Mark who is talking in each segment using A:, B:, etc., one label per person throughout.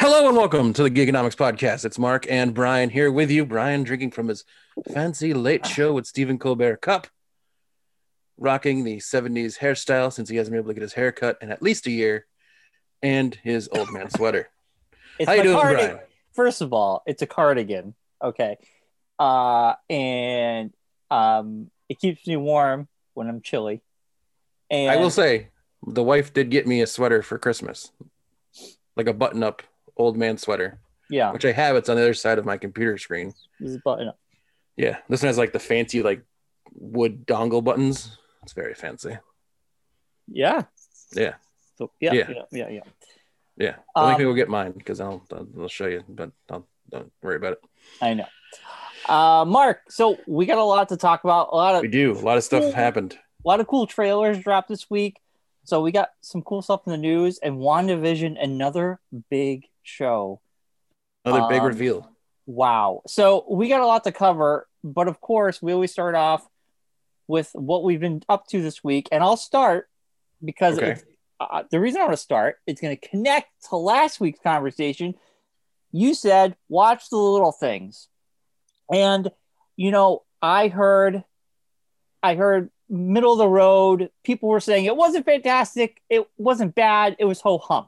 A: welcome to the Gigonomics Podcast. It's Mark and Brian here with you. Brian drinking from his fancy late show with Stephen Colbert cup, rocking the 70s hairstyle since he hasn't been able to get his hair cut in at least a year, and his old man sweater.
B: It's
A: How you
B: my
A: doing,
B: cardigan.
A: Brian?
B: First of all, it's a cardigan. Okay. Uh, and um, it keeps me warm when I'm chilly. And
A: I will say, the wife did get me a sweater for Christmas, like a button up old man sweater,
B: yeah,
A: which I have. It's on the other side of my computer screen.
B: this is button up.
A: Yeah, this one has like the fancy, like wood dongle buttons. It's very fancy.
B: Yeah.
A: Yeah.
B: So yeah, yeah,
A: Yeah.
B: yeah, yeah.
A: Yeah, I think
B: Um,
A: people get mine because I'll, I'll I'll show you, but I'll, don't worry about it.
B: I know. Uh, Mark, so we got a lot to talk about. A lot of
A: We do a lot of stuff
B: Yeah.
A: happened.
B: a lot of cool trailers dropped this week. So we got some cool stuff in the news and WandaVision, another big show.
A: Another big
B: Um,
A: reveal.
B: Wow. So we got a lot to cover, but of course, we always start off with what we've been up to this week. And I'll start because
A: Okay.
B: it's- uh, the reason I want to start is going to connect to last week's conversation. You said, watch the little things. And, you know, I heard, I heard middle of the road, people were saying it wasn't fantastic, it wasn't bad, it was ho hum.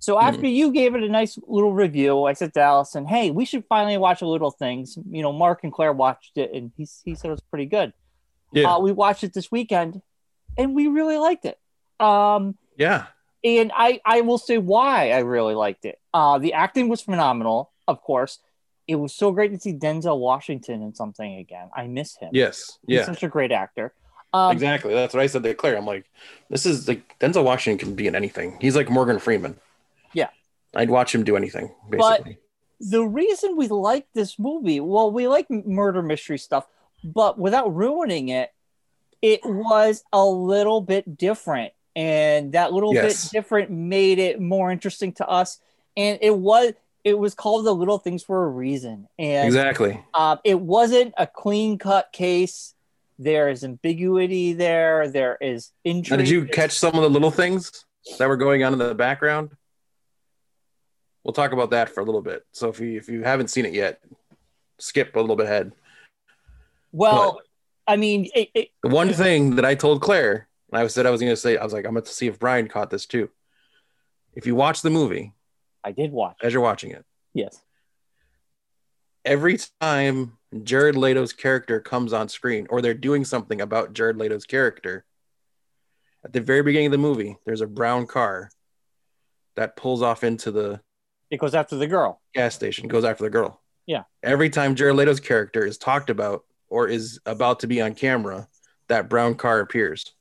B: So
A: Hmm.
B: after you gave it a nice little review, I said to Allison, "Hey, we should finally watch the little things." You know, Mark and Claire watched it, and he he said it was pretty good.
A: Yeah,
B: Uh, we watched it this weekend, and we really liked it. Um,
A: yeah,
B: and I I will say why I really liked it. Uh, the acting was phenomenal, of course. It was so great to see Denzel Washington in something again. I miss him.
A: yes,
B: he's
A: yeah,
B: such a great actor. Um,
A: exactly. That's what I said to Claire. I'm like, this is like Denzel Washington can be in anything. He's like Morgan Freeman.
B: Yeah.
A: I'd watch him do anything.
B: But-
A: Basically,
B: the reason we like this movie, well, we like m- murder mystery stuff, but without ruining it, it was a little bit different. And that little
A: Yes.
B: bit different made it more interesting to us. And it was it was called the little things for a reason. And
A: exactly.
B: uh, it wasn't a clean cut case. There is ambiguity there. There is intrigue.
A: Now, did you catch some of the little things that were going on in the background? We'll talk about that for a little bit. So if you if you haven't seen it yet, skip a little bit ahead.
B: Well, I mean, it, it,
A: The one thing that I told Claire, and I said I was going to say, I was like, I'm going to see if Brian caught this too. If you watch the movie
B: I did watch.
A: as you're watching it,
B: Yes.
A: every time Jared Leto's character comes on screen or they're doing something about Jared Leto's character, at the very beginning of the movie, there's a brown car that pulls off into the
B: It goes after the girl.
A: gas station, goes after the girl.
B: Yeah.
A: Every time Jared Leto's character is talked about or is about to be on camera, that brown car appears.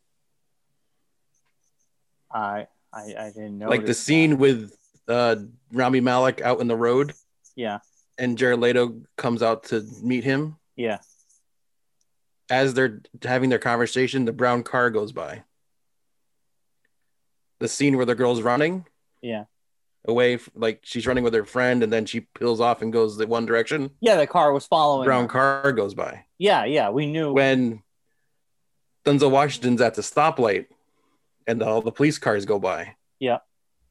B: I I, I didn't know.
A: like the scene with uh, Rami Malik out in the road,
B: Yeah,
A: and Jared Leto comes out to meet him.
B: yeah.
A: As they're having their conversation, the brown car goes by. The scene where the girl's running,
B: Yeah.
A: away, f- like she's running with her friend, and then she peels off and goes the one direction.
B: Yeah, the car was following.
A: brown
B: her.
A: car goes by.
B: Yeah, yeah, we knew.
A: When Denzel Washington's at the stoplight, and all the police cars go by.
B: Yeah.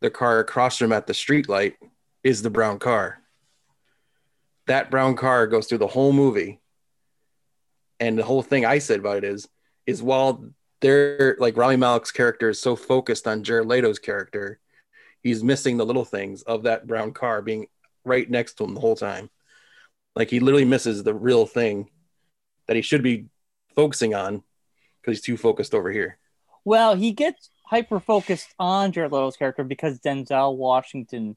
A: the car across from at the street light is the brown car. That brown car goes through the whole movie. And the whole thing I said about it is, is while they're like Rami Malek's character is so focused on Jared Leto's character, he's missing the little things of that brown car being right next to him the whole time. Like he literally misses the real thing that he should be focusing on because he's too focused over here.
B: well, he gets hyper focused on Jared Leto's character because Denzel Washington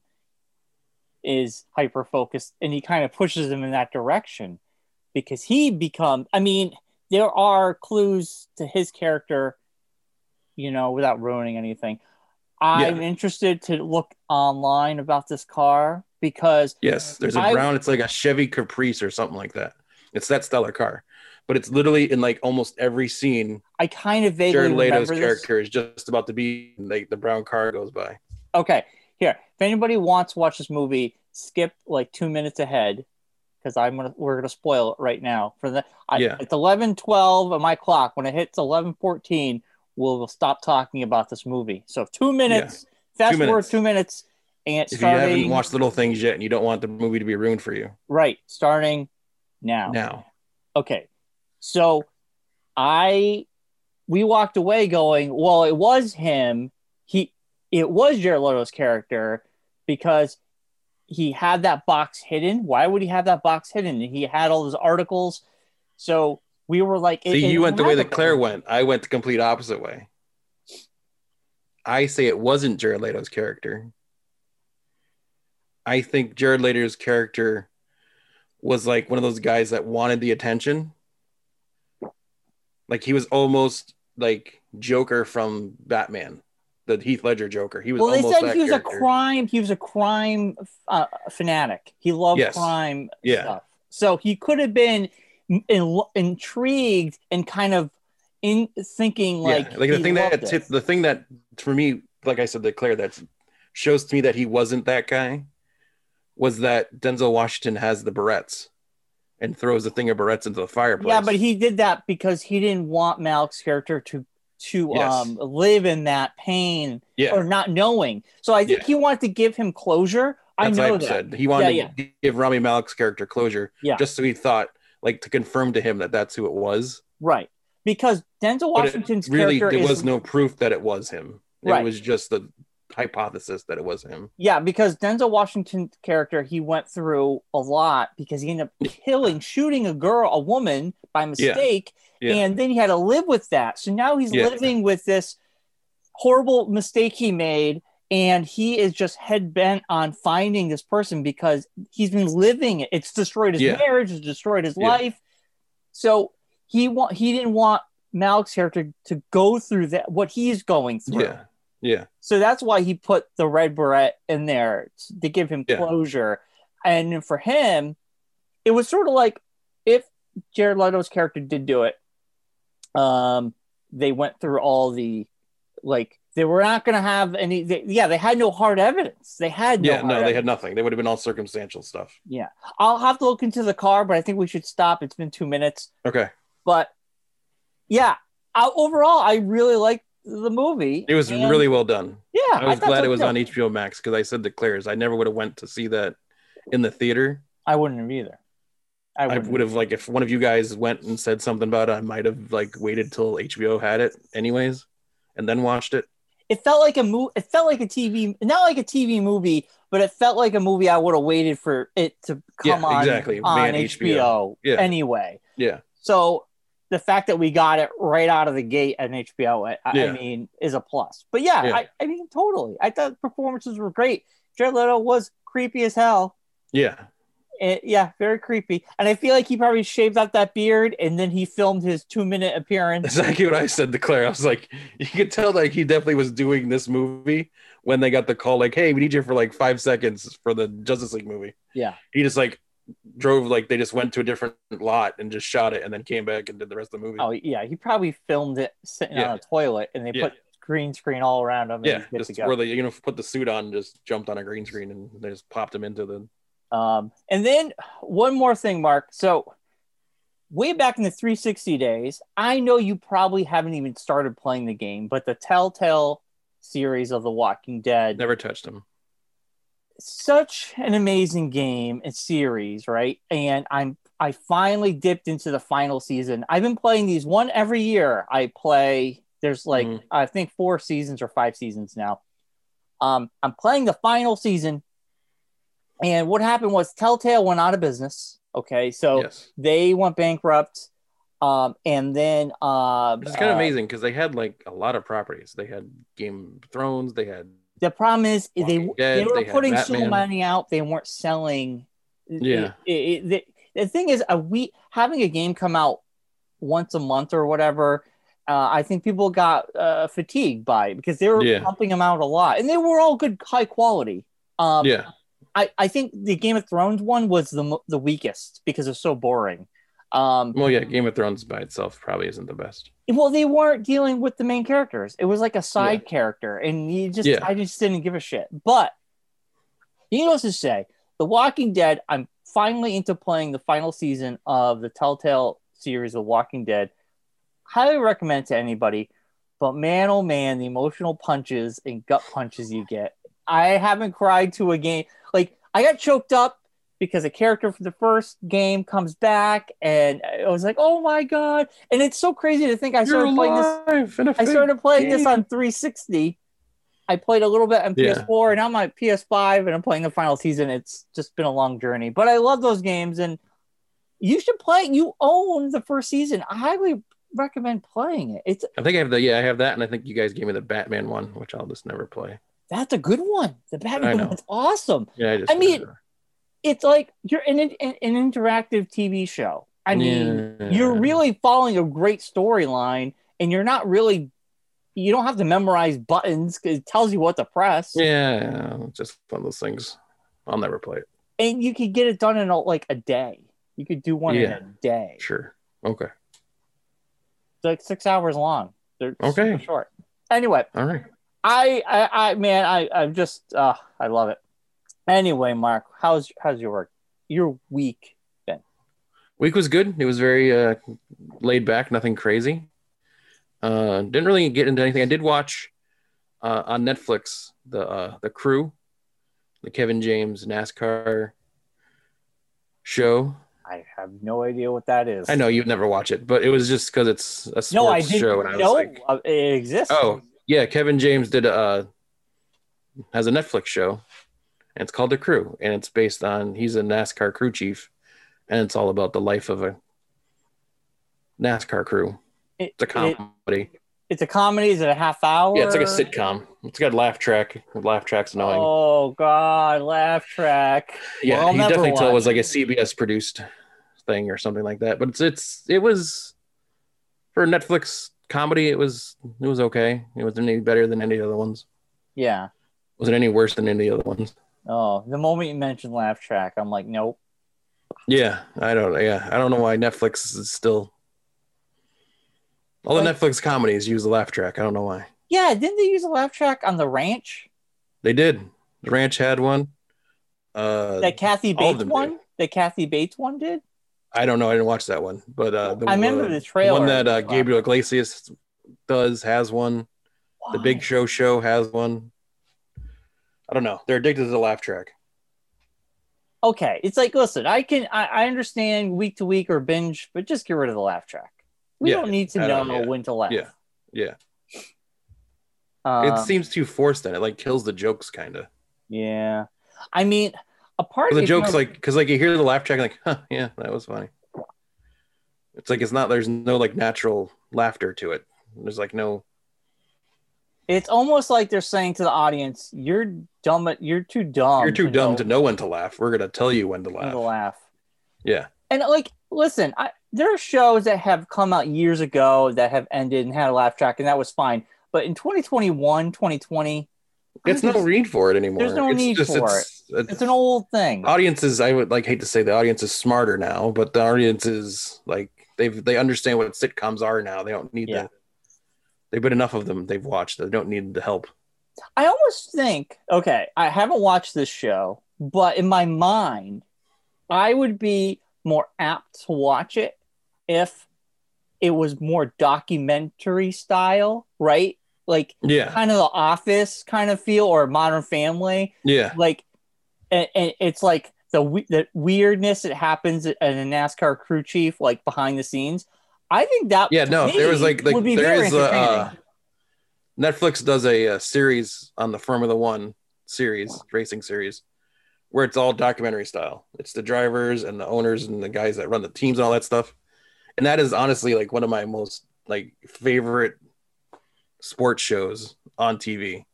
B: is hyper focused, and he kind of pushes him in that direction because he become. I mean, there are clues to his character, you know, without ruining anything. I'm interested to look online about this car because
A: Yes, there's a
B: I-
A: brown. It's like a Chevy Caprice or something like that. It's that stellar car, but it's literally in like almost every scene.
B: I kind of vaguely
A: Jared Leto's
B: remember this.
A: character is just about to be like the brown car goes by.
B: Okay, here. If anybody wants to watch this movie, skip like two minutes ahead because I'm gonna we're gonna spoil it right now. For the I,
A: Yeah.
B: it's eleven twelve on my clock. When it hits eleven fourteen, we'll, we'll stop talking about this movie. So two minutes. Fast
A: Two
B: forward
A: minutes.
B: two minutes, and it's
A: If you
B: starting
A: haven't watched Little Things yet and you don't want the movie to be ruined for you,
B: right starting now.
A: now
B: Okay, so I we walked away going, well, it was him. He it was Jared Leto's character because he had that box hidden. Why would he have that box hidden? He had all those articles, so we were like, it-
A: see,
B: it
A: you went the way
B: had
A: that
B: to-
A: Claire went. I went the complete opposite way. I say it wasn't Jared Leto's character. I think Jared Leto's character was like one of those guys that wanted the attention. Like he was almost like Joker from Batman, the Heath Ledger Joker. He was
B: Well, they
A: almost
B: said
A: that
B: he was
A: character.
B: a crime. He was a crime uh, fanatic. He loved
A: Yes.
B: crime
A: Yeah.
B: stuff. So he could have been in, intrigued and kind of in thinking like
A: yeah, like the
B: he
A: thing
B: loved
A: that
B: it.
A: tip, the thing that for me, like I said to Claire, that shows to me that he wasn't that guy was that Denzel Washington has the barrettes and throws the thing of barrettes into the fireplace.
B: Yeah, but he did that because he didn't want Malik's character to to
A: Yes.
B: um, live in that pain
A: yeah,
B: or not knowing. So I think
A: Yeah.
B: he wanted to give him closure. I
A: that's
B: know
A: what I
B: that.
A: said. He wanted
B: Yeah,
A: to give Rami Malek's character closure,
B: Yeah.
A: just so he thought like to confirm to him that that's who it was.
B: Right. Because Denzel
A: But it
B: Washington's
A: really,
B: character
A: there
B: is
A: was no proof that it was him. It
B: Right.
A: was just the hypothesis that it was him.
B: Yeah, because Denzel Washington's character, he went through a lot because he ended up killing, shooting a girl, a woman by mistake,
A: Yeah.
B: and then he had to live with that. So now he's
A: Yeah.
B: living with this horrible mistake he made, and he is just head bent on finding this person because he's been living it. It's destroyed his
A: Yeah.
B: marriage, it's destroyed his
A: Yeah.
B: life. So he want he didn't want Malik's character to go through that what he's going through.
A: Yeah, yeah.
B: So that's why he put the red beret in there to give him
A: Yeah.
B: closure. And for him, it was sort of like if Jared Leto's character did do it, um, they went through all the like they were not going to have any. They, yeah, they had no hard evidence. They had no.
A: yeah, no,
B: hard
A: they
B: evidence.
A: had nothing. They would have been all circumstantial stuff.
B: I'll have to look into the car, but I think we should stop. It's been two minutes.
A: Okay.
B: But yeah, I, overall, I really liked the movie.
A: It was
B: And,
A: really well done.
B: Yeah,
A: I was
B: thought
A: glad
B: so
A: it was
B: too.
A: on HBO Max because I said to Claire's I never would have went to see that in the theater.
B: I wouldn't have either.
A: I would have like if one of you guys went and said something about it, I might have like waited till HBO had it anyways, and then watched it.
B: It felt like a movie. It felt like a TV, not like a TV movie, but it felt like a movie I would have waited for it to come
A: Yeah,
B: on
A: exactly.
B: on
A: Man,
B: HBO,
A: Yeah.
B: anyway.
A: Yeah,
B: So the fact that we got it right out of the gate on HBO, I, I
A: Yeah.
B: mean, is a plus. But yeah,
A: Yeah.
B: I, I mean, totally. I thought performances were great. Jared Leto was creepy as hell.
A: yeah,
B: Eh, yeah, very creepy. And I feel like he probably shaved out that beard and then he filmed his two minute appearance.
A: that's exactly what I said to Claire. I was like, you could tell like he definitely was doing this movie when they got the call like, hey, we need you for like five seconds for the Justice League movie.
B: Yeah.
A: He just like drove like they just went to a different lot and just shot it and then came back and did the rest of the movie.
B: Oh yeah, he probably filmed it sitting
A: Yeah.
B: on a toilet, and they
A: Yeah.
B: put green screen all around him. And
A: Yeah,
B: he's good to
A: just
B: go.
A: where they you know put the suit on, and just jumped on a green screen, and they just popped him into the.
B: Um, and then one more thing, Mark. So way back in the 360 days, I know you probably haven't even started playing the game, but the Telltale series of The Walking Dead,
A: Never touched him.
B: such an amazing game and series, right? And I'm I finally dipped into the final season. I've been playing these one every year. I play there's like
A: Mhm.
B: I think four seasons or five seasons now. Um, I'm playing the final season, and what happened was Telltale went out of business. Okay, so
A: yes,
B: they went bankrupt, um, and then uh,
A: which is kind of
B: uh,
A: amazing because they had like a lot of properties. They had Game of Thrones. They had
B: the problem is they
A: Walking Dead,
B: they were
A: they had
B: putting so
A: Batman.
B: money out they weren't selling It-
A: Yeah.
B: it- it- the, the thing is a week having a game come out once a month or whatever uh, i think people got uh, fatigued by it because they were
A: Yeah.
B: pumping them out a lot and they were all good high quality um,
A: yeah,
B: I, I think the game of thrones one was the, mo- the weakest because it's so boring um,
A: well, yeah, Game of Thrones by itself probably isn't the best.
B: well, they weren't dealing with the main characters. It was like a side character, and you just
A: Yeah.
B: I just didn't give a shit. But needless to say, The Walking Dead. I'm finally into playing the final season of the Telltale series of Walking Dead. Highly recommend to anybody. But man, oh man, the emotional punches and gut punches you get I haven't cried to a game. Like I got choked up because a character from the first game comes back, and I was like, "Oh my god!" And it's so crazy to think I
A: You're
B: started playing this.
A: alive in a
B: I
A: fake
B: started playing this
A: game.
B: on 360. I played a little bit on
A: Yeah.
B: PS4, and now I'm on PS5, and I'm playing the final season. It's just been a long journey, but I love those games, and you should play. You own the first season. I highly recommend playing it. It's
A: I think I have the yeah, I have that, and I think you guys gave me the Batman one, which I'll just never play.
B: that's a good one. The
A: I
B: Batman
A: know.
B: one's awesome.
A: Yeah, I just.
B: I mean, It's like you're in an, an an interactive TV show. I mean, you're really following a great storyline, and you're not really. You don't have to memorize buttons 'cause it tells you what to press,
A: Yeah, it's just one of those things. I'll never play it.
B: and you could get it done in a, like a day. You could do one in
A: Yeah.
B: a day.
A: Sure. Okay.
B: It's like six hours long. They're
A: Okay.
B: super short. Anyway,
A: All right.
B: I, I, I, man, I, I'm just, uh, I love it. Anyway, Mark, how's how's your work? Your week
A: Week was good. It was very uh, laid back, nothing crazy. Uh, didn't really get into anything. I did watch uh, on Netflix the uh, the Crew, the Kevin James NASCAR show.
B: I have no idea what that is.
A: I know you'd never watch it, but it was just because it's a sports
B: No, I didn't
A: show, and I was
B: know
A: like,
B: of- it exists.
A: oh yeah, Kevin James did uh has a Netflix show, and it's called The Crew, and it's based on he's a NASCAR crew chief, and it's all about the life of a NASCAR crew.
B: It-
A: It's a
B: it-
A: comedy.
B: it's a comedy. Is it a half hour?
A: yeah, it's like a sitcom. It's got a laugh track. The laugh track's annoying.
B: Oh God, laugh track.
A: yeah,
B: well, I'll
A: you
B: never
A: definitely tell it was
B: watch
A: like a CBS produced thing or something like that. But it's it's it was for a Netflix comedy. It was it was okay. It wasn't any better than any other ones.
B: Yeah.
A: Wasn't any worse than any other ones.
B: Oh, the moment you mentioned laugh track, I'm like, nope.
A: Yeah, I don't. Yeah, I don't know why Netflix is still. All the
B: Like-
A: Netflix comedies use the laugh track. I don't know why
B: Yeah, didn't they use a laugh track on the ranch?
A: they did. The Ranch had one. Uh,
B: That Kathy
A: all of
B: Bates
A: them
B: one.
A: do.
B: That Kathy Bates one did.
A: I don't know. I didn't watch that one, but uh, the
B: I remember
A: one,
B: the trailer.
A: one that uh, Gabriel Iglesias does has one. The Big
B: Why?
A: Show show has one. I don't know. They're addicted to the laugh track.
B: Okay, it's like, listen, I can, I, I understand week to week or binge, but just get rid of the laugh track. We
A: Yeah,
B: don't need to
A: I
B: know
A: don't- yeah,
B: when to laugh.
A: yeah, yeah.
B: Um,
A: it seems too forced. Then it like kills the jokes, kind of.
B: Yeah. I mean, a part of
A: the
B: me
A: joke's
B: feels-
A: like because like you hear the laugh track like huh yeah that was funny it's like it's not there's no like natural laughter to it there's like no
B: it's almost like they're saying to the audience, "You're dumb. You're too dumb.
A: you're too dumb to know when to laugh we're gonna tell you when to
B: Oh, when
A: laugh
B: to laugh."
A: yeah
B: And like, listen, I, there are shows that have come out years ago that have ended and had a laugh track, and that was fine. But in 2021, 2020, I
A: it's no
B: just-
A: need for it anymore
B: there's no
A: it's
B: need for
A: it's, it's,
B: it's an old thing.
A: audiences i would like hate to say the audience is smarter now but the audience is like they've they understand what sitcoms are now they don't need
B: Yeah.
A: that they've been enough of them they've watched they don't need the help
B: I almost think, okay, I haven't watched this show, but in my mind, I would be more apt to watch it if it was more documentary style, right? Like
A: yeah
B: kind of the office kind of feel or modern family.
A: yeah
B: Like, and, and it's like the, we- the weirdness that happens at a NASCAR crew chief, like behind the scenes. I think that
A: yeah
B: to
A: no there was
B: me,
A: like, like
B: would be
A: there
B: very
A: is a uh,
B: entertaining.
A: netflix does a, uh series on the formula one series racing series where it's all documentary style it's the drivers and the owners and the guys that run the teams and all that stuff and that is honestly like one of my most like favorite sports shows on tv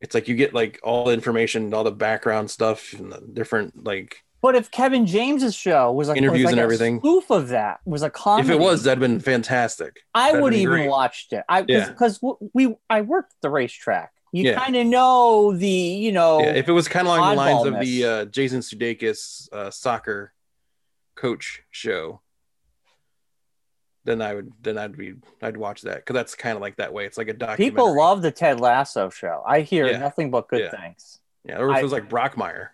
A: it's like you get like all the information all the background stuff and the different like
B: But if Kevin James's show was like
A: Interviews
B: was like
A: and
B: a
A: everything.
B: spoof of that was a comedy,
A: if it was that'd been fantastic
B: I
A: that'd
B: would
A: be
B: even
A: great.
B: watched it. I
A: Yeah.
B: because we I worked the racetrack. You
A: Yeah.
B: kind of know the you know
A: yeah, if it was kind of along the lines of the
B: oddballness.
A: uh, Jason Sudeikis uh, soccer coach show, then I would then I'd be I'd watch that because that's kind of like that way. It's like a documentary.
B: people love the Ted Lasso show. I hear
A: Yeah.
B: nothing but good
A: Yeah.
B: things.
A: yeah, or if
B: I-
A: it was like Brockmire,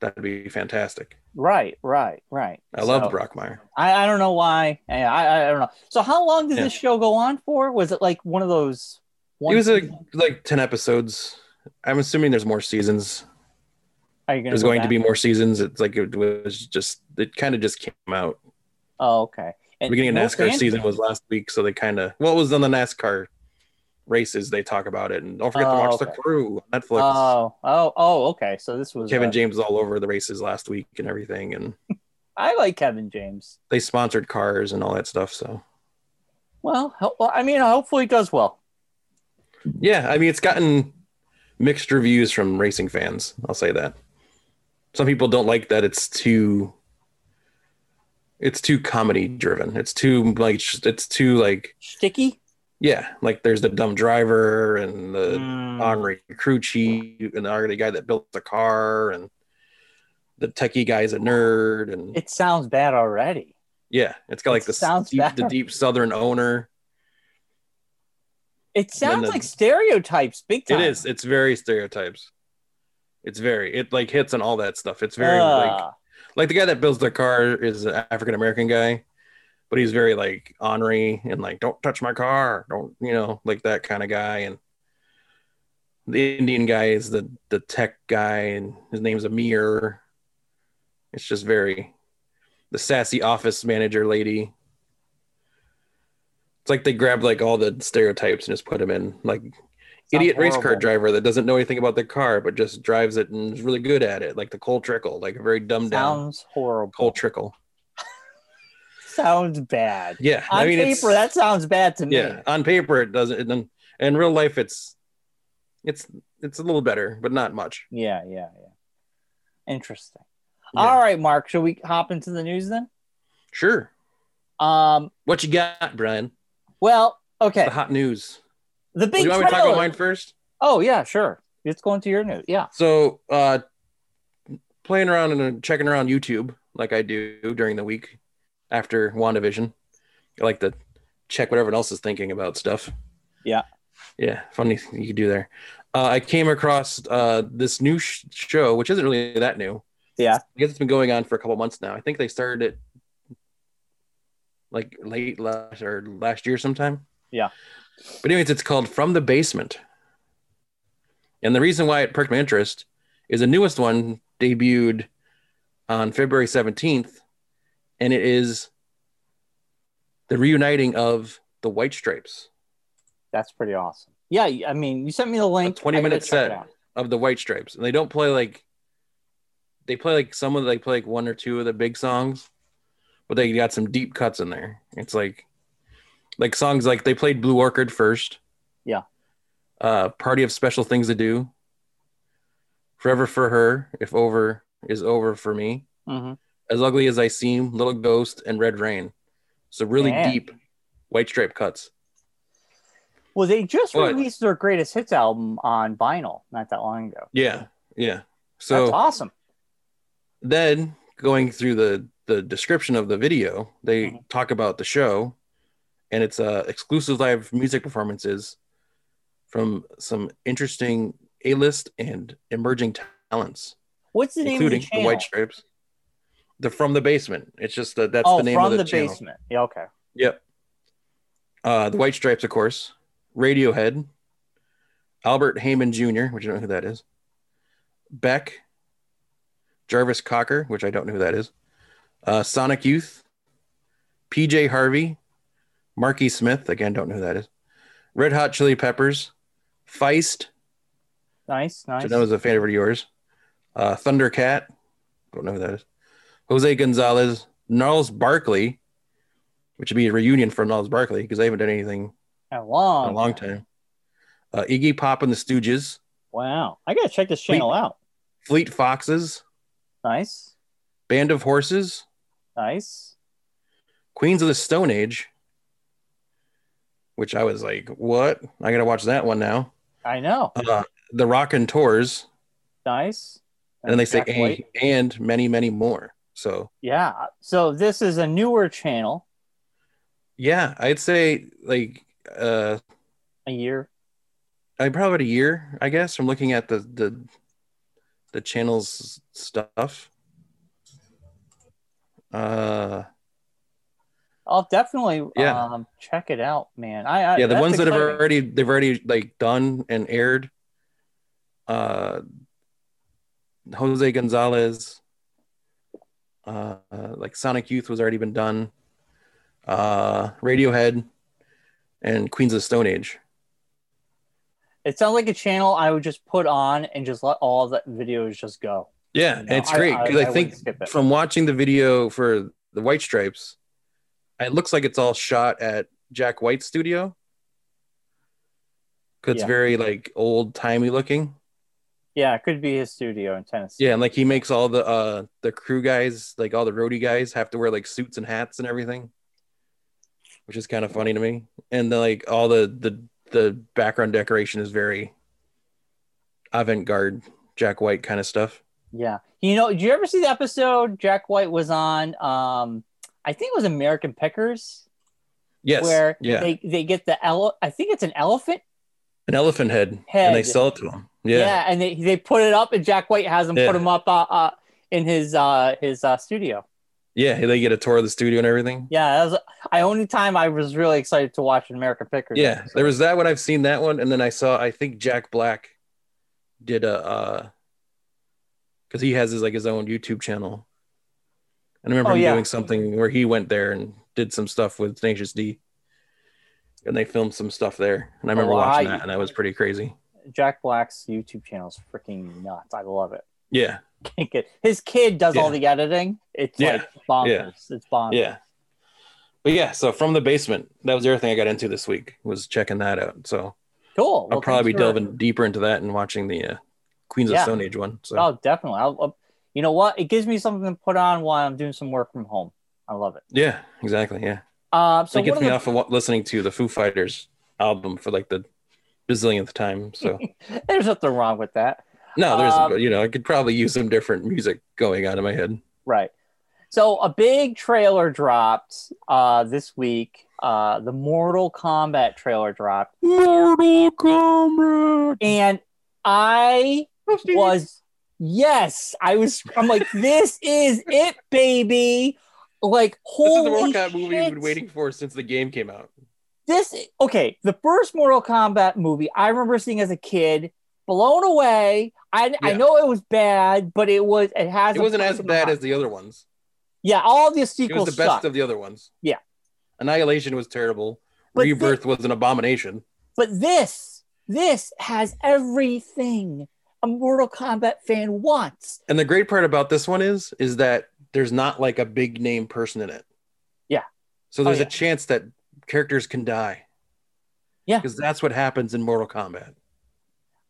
A: that'd be fantastic.
B: Right, right, right.
A: I loved
B: So,
A: Brockmire.
B: I, I don't know why. Yeah, I I don't know. So how long did
A: Yeah.
B: this show go on for? Was it like one of those
A: It was a, like 10 episodes. I'm assuming there's more seasons.
B: Are you gonna
A: There's
B: go
A: going to
B: back?
A: be more seasons. It's like it was just, it kind of just came out.
B: Oh, okay.
A: The
B: And
A: beginning of
B: no
A: NASCAR
B: fan-
A: season was last week, so they kind of, well, it was on the NASCAR races. They talk about it. And don't forget
B: Oh,
A: to watch The
B: okay.
A: Crew on Netflix.
B: Oh, oh, oh, okay. So this was
A: Kevin
B: uh,
A: James was all over the races last week and everything. And
B: I like Kevin James.
A: they sponsored cars and all that stuff. So,
B: Well, ho- well, I mean, hopefully it does well.
A: yeah, I mean, it's gotten mixed reviews from racing fans. I'll say that. Some people don't like that it's too it's too comedy driven. It's too like sh- it's too like
B: Sticky.
A: yeah, like there's the dumb driver and the
B: Mm-hmm.
A: ornery crew chief and the ornery guy that built the car and the techie guy's a nerd and
B: It sounds bad already.
A: yeah, it's got like
B: it
A: the
B: sounds
A: deep,
B: bad.
A: the deep southern owner.
B: It sounds
A: the-
B: like stereotypes, big time.
A: It is. It's very stereotypes. It's very it like hits on all that stuff. It's very like
B: Ugh.
A: like the guy that builds the car is an African American guy, but he's very like ornery and like don't touch my car, don't you know like that kind of guy. And the Indian guy is the the tech guy, and his name's Amir. It's just very the sassy office manager lady. It's like they grab like all the stereotypes and just put them in like. Idiot race car
B: horrible.
A: driver that doesn't know anything about the car but just drives it and is really good at it, like the Cole Trickle, like a very dumbed down
B: sounds horrible.
A: Cole Trickle.
B: Sounds bad.
A: Yeah,
B: On
A: I mean, it's,
B: paper, that sounds bad to me.
A: yeah, on paper it doesn't. And then in real life, it's it's it's a little better, but not much.
B: Yeah, yeah, yeah. Interesting.
A: Yeah.
B: All right, Mark. Shall we hop into the news then?
A: Sure.
B: Um.
A: What you got, Brian?
B: Well, okay.
A: The hot news.
B: The
A: Do
B: big
A: you want me to talk
B: trailer.
A: about mine first?
B: Oh yeah, sure. It's going to your news. Yeah.
A: So, uh, playing around and uh, checking around YouTube like I do during the week after WandaVision. I like to check what everyone else is thinking about stuff.
B: Yeah.
A: Yeah. Funny thing you could do there. Uh, I came across uh, this new sh- show, which isn't really that new.
B: Yeah.
A: I guess it's been going on for a couple months now. I think they started it like late last or last year sometime.
B: Yeah.
A: But anyways, it's called From the Basement. And the reason why it perked my interest is the newest one debuted on February 17th, and it is the reuniting of the White Stripes.
B: That's pretty awesome. Yeah, I mean, you sent me the link.
A: 20
B: I gotta
A: minute
B: check
A: set.
B: it out.
A: of the White Stripes, and they don't play like they play like some of they play like one or two of the big songs, but they got some deep cuts in there. It's like like songs like they played Blue Orchid first.
B: Yeah.
A: Uh, Party of Special Things to Do. Forever for her, if over is over for me.
B: Mhm.
A: As ugly as I seem, Little Ghost and Red Rain. So really
B: Man.
A: deep White Stripe cuts.
B: Well, they just
A: What?
B: released their greatest hits album on vinyl not that long ago.
A: Yeah, yeah. So
B: That's awesome.
A: then going through the the description of the video they
B: Mhm.
A: talk about the show and it's uh exclusive live music performances from some interesting a-list and emerging talents
B: What's the name of the
A: including the,
B: channel?
A: white stripes the from the basement it's just that that's
B: oh,
A: the name
B: from
A: of the,
B: the
A: channel
B: basement. Yeah. Okay.
A: yep uh the white stripes of course radiohead albert heyman jr which i don't know who that is beck jarvis cocker which i don't know who that is uh, sonic youth pj harvey marky smith again don't know who that is red hot chili peppers feist
B: Nice. Nice.
A: which I know is a favorite of yours uh, thundercat don't know who that is jose gonzalez gnarls barkley which would be a reunion for gnarls barkley because they haven't done anything
B: a long,
A: in a long time. Uh, Iggy Pop and the Stooges,
B: Wow. I gotta check this
A: Wait.
B: channel out.
A: Fleet Foxes,
B: Nice.
A: Band of Horses,
B: Nice.
A: Queens of the Stone Age, which I was like, what? I got to watch that one now.
B: I know.
A: Uh, the Rockin' Tours,
B: Nice.
A: and then they say,
B: Jack
A: and,
B: White.
A: and many, many more. So,
B: Yeah. So this is a newer channel.
A: yeah, I'd say like, uh,
B: A year.
A: I probably about a year, I guess, from looking at the the the channel's stuff. Uh,
B: I'll definitely
A: Yeah.
B: um, check it out, man. I, I
A: yeah the
B: Uh, that's
A: ones that have
B: exciting.
A: already they've already like done and aired uh jose gonzalez uh uh, like sonic youth was already been done uh radiohead and queens of stone age
B: It sounds like a channel I would just put on and just let all the videos just go.
A: yeah
B: you
A: and
B: know?
A: it's great 'cause I,
B: wouldn't
A: think
B: skip it.
A: from watching the video for the white stripes it looks like it's all shot at jack white's studio 'Cause it's
B: Yeah.
A: very like old timey looking
B: yeah, it could be his studio in Tennessee.
A: Yeah, and like he makes all the uh the crew guys, like all the roadie guys, have to wear like suits and hats and everything, which is kind of funny to me. And the, like all the the the background decoration is very avant-garde, Jack White kind of stuff.
B: Yeah. You know, did you ever see the episode Jack White was on? Um, I think it was American Pickers,
A: Yes,
B: where
A: yeah,
B: they, they get the ele- I think it's an elephant.
A: an elephant head, and they
B: Head.
A: sell it to him.
B: Yeah.
A: Yeah,
B: and they, they put it up, and Jack White has him
A: Yeah.
B: put him up uh, uh, in his uh, his uh, studio.
A: yeah, they get a tour of the studio and everything.
B: Yeah, that was I only time I was really excited to watch an American Pickers.
A: Yeah, there was that one. I've seen that one, and then I saw. I think Jack Black did a uh because he has his like his own YouTube channel. And I remember
B: Oh,
A: him
B: yeah.
A: doing something where he went there and did some stuff with Tenacious D, and they filmed some stuff there. And I remember
B: Oh,
A: watching
B: I-
A: that, and that was pretty crazy.
B: Jack Black's YouTube channel is freaking nuts. I love it.
A: Yeah,
B: Can't get- His kid does all the editing. It's
A: Yeah.
B: like bonkers. It's bonkers.
A: yeah. But yeah, so from the basement, that was the other thing I got into this week was checking that out. So
B: Cool.
A: I'll
B: Well,
A: probably be
B: thanks for-
A: delving deeper into that and watching the uh, Queens
B: Yeah.
A: of Stone Age one. So
B: Oh, definitely. I'll, I'll- you know what? It gives me something to put on while I'm doing some work from home. I love it.
A: yeah, exactly. Yeah.
B: Uh, so
A: So it gets
B: one
A: me
B: of the-
A: off of wa- listening to the Foo Fighters album for like the bazillionth time. So
B: there's nothing wrong with that.
A: no, there's
B: Um,
A: you know I could probably use some different music going on in my head.
B: Right. So a big trailer dropped uh, this week. Uh, the Mortal Kombat trailer dropped,
A: Mortal Kombat.
B: and I was yes, I was. I'm like, this is it, baby. Like,
A: This
B: holy
A: is the Mortal Kombat movie we've
B: shit.
A: been waiting for since the game came out.
B: This okay. The first Mortal Kombat movie I remember seeing as a kid, blown away. I, I
A: Yeah.
B: know it was bad, but it was it has
A: It
B: a
A: wasn't as
B: punch
A: bad
B: behind-
A: as the other ones.
B: yeah. All the
A: It was
B: sequels
A: the best
B: suck.
A: of the other ones.
B: Yeah.
A: Annihilation was terrible.
B: But thi-
A: Rebirth was an abomination.
B: But this, this has everything a Mortal Kombat fan wants.
A: And the great part about this one is, is that there's not like a big name person in it.
B: Yeah.
A: So
B: Oh,
A: there's
B: yeah.
A: a chance that characters can die.
B: Yeah.
A: Because that's what happens in Mortal Kombat.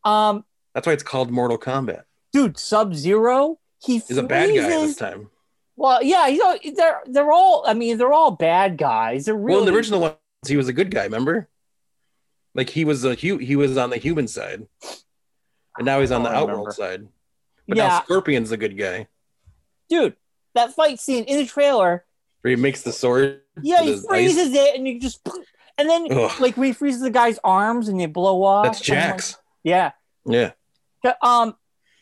B: Um,
A: That's why it's called Mortal Kombat.
B: dude, Sub Zero, he
A: He's a bad guy this
B: freezes-
A: time.
B: Well, yeah, you know, they're they're all. I mean, they're all bad guys. They're really
A: Well, in the original ones, he was a good guy. Remember? Like he was a hu- he was on the human side, and now he's on
B: Oh, I
A: the
B: don't remember.
A: outworld side. But
B: yeah,
A: now Scorpion's the good guy.
B: dude, that fight scene in the trailer.
A: Where he makes the sword.
B: Yeah,
A: with
B: he
A: his
B: freezes it, and you just, and then
A: Ugh.
B: like we freezes the guy's arms, and they blow off.
A: That's
B: I'm like,
A: Jax.
B: yeah.
A: Yeah,
B: Um.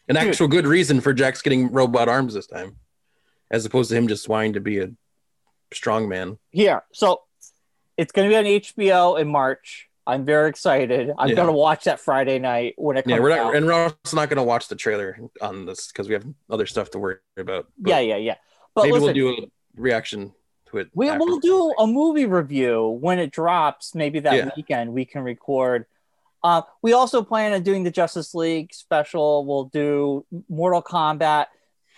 A: an
B: Dude.
A: actual good reason for Jax getting robot arms this time, as opposed to him just wanting to be a strong man.
B: here. So it's going to be on HBO in March. I'm very excited. I'm
A: Yeah.
B: going to watch that Friday night when it comes
A: Yeah, we're
B: out.
A: not, and we're also not going to watch the trailer on this because we have other stuff to worry about. But
B: yeah, yeah, yeah. But
A: maybe
B: listen,
A: we'll do a reaction to it.
B: we,
A: after.
B: will do a movie review when it drops. Maybe that
A: Yeah.
B: weekend we can record. Uh, we also plan on doing the Justice League special. We'll do Mortal Kombat,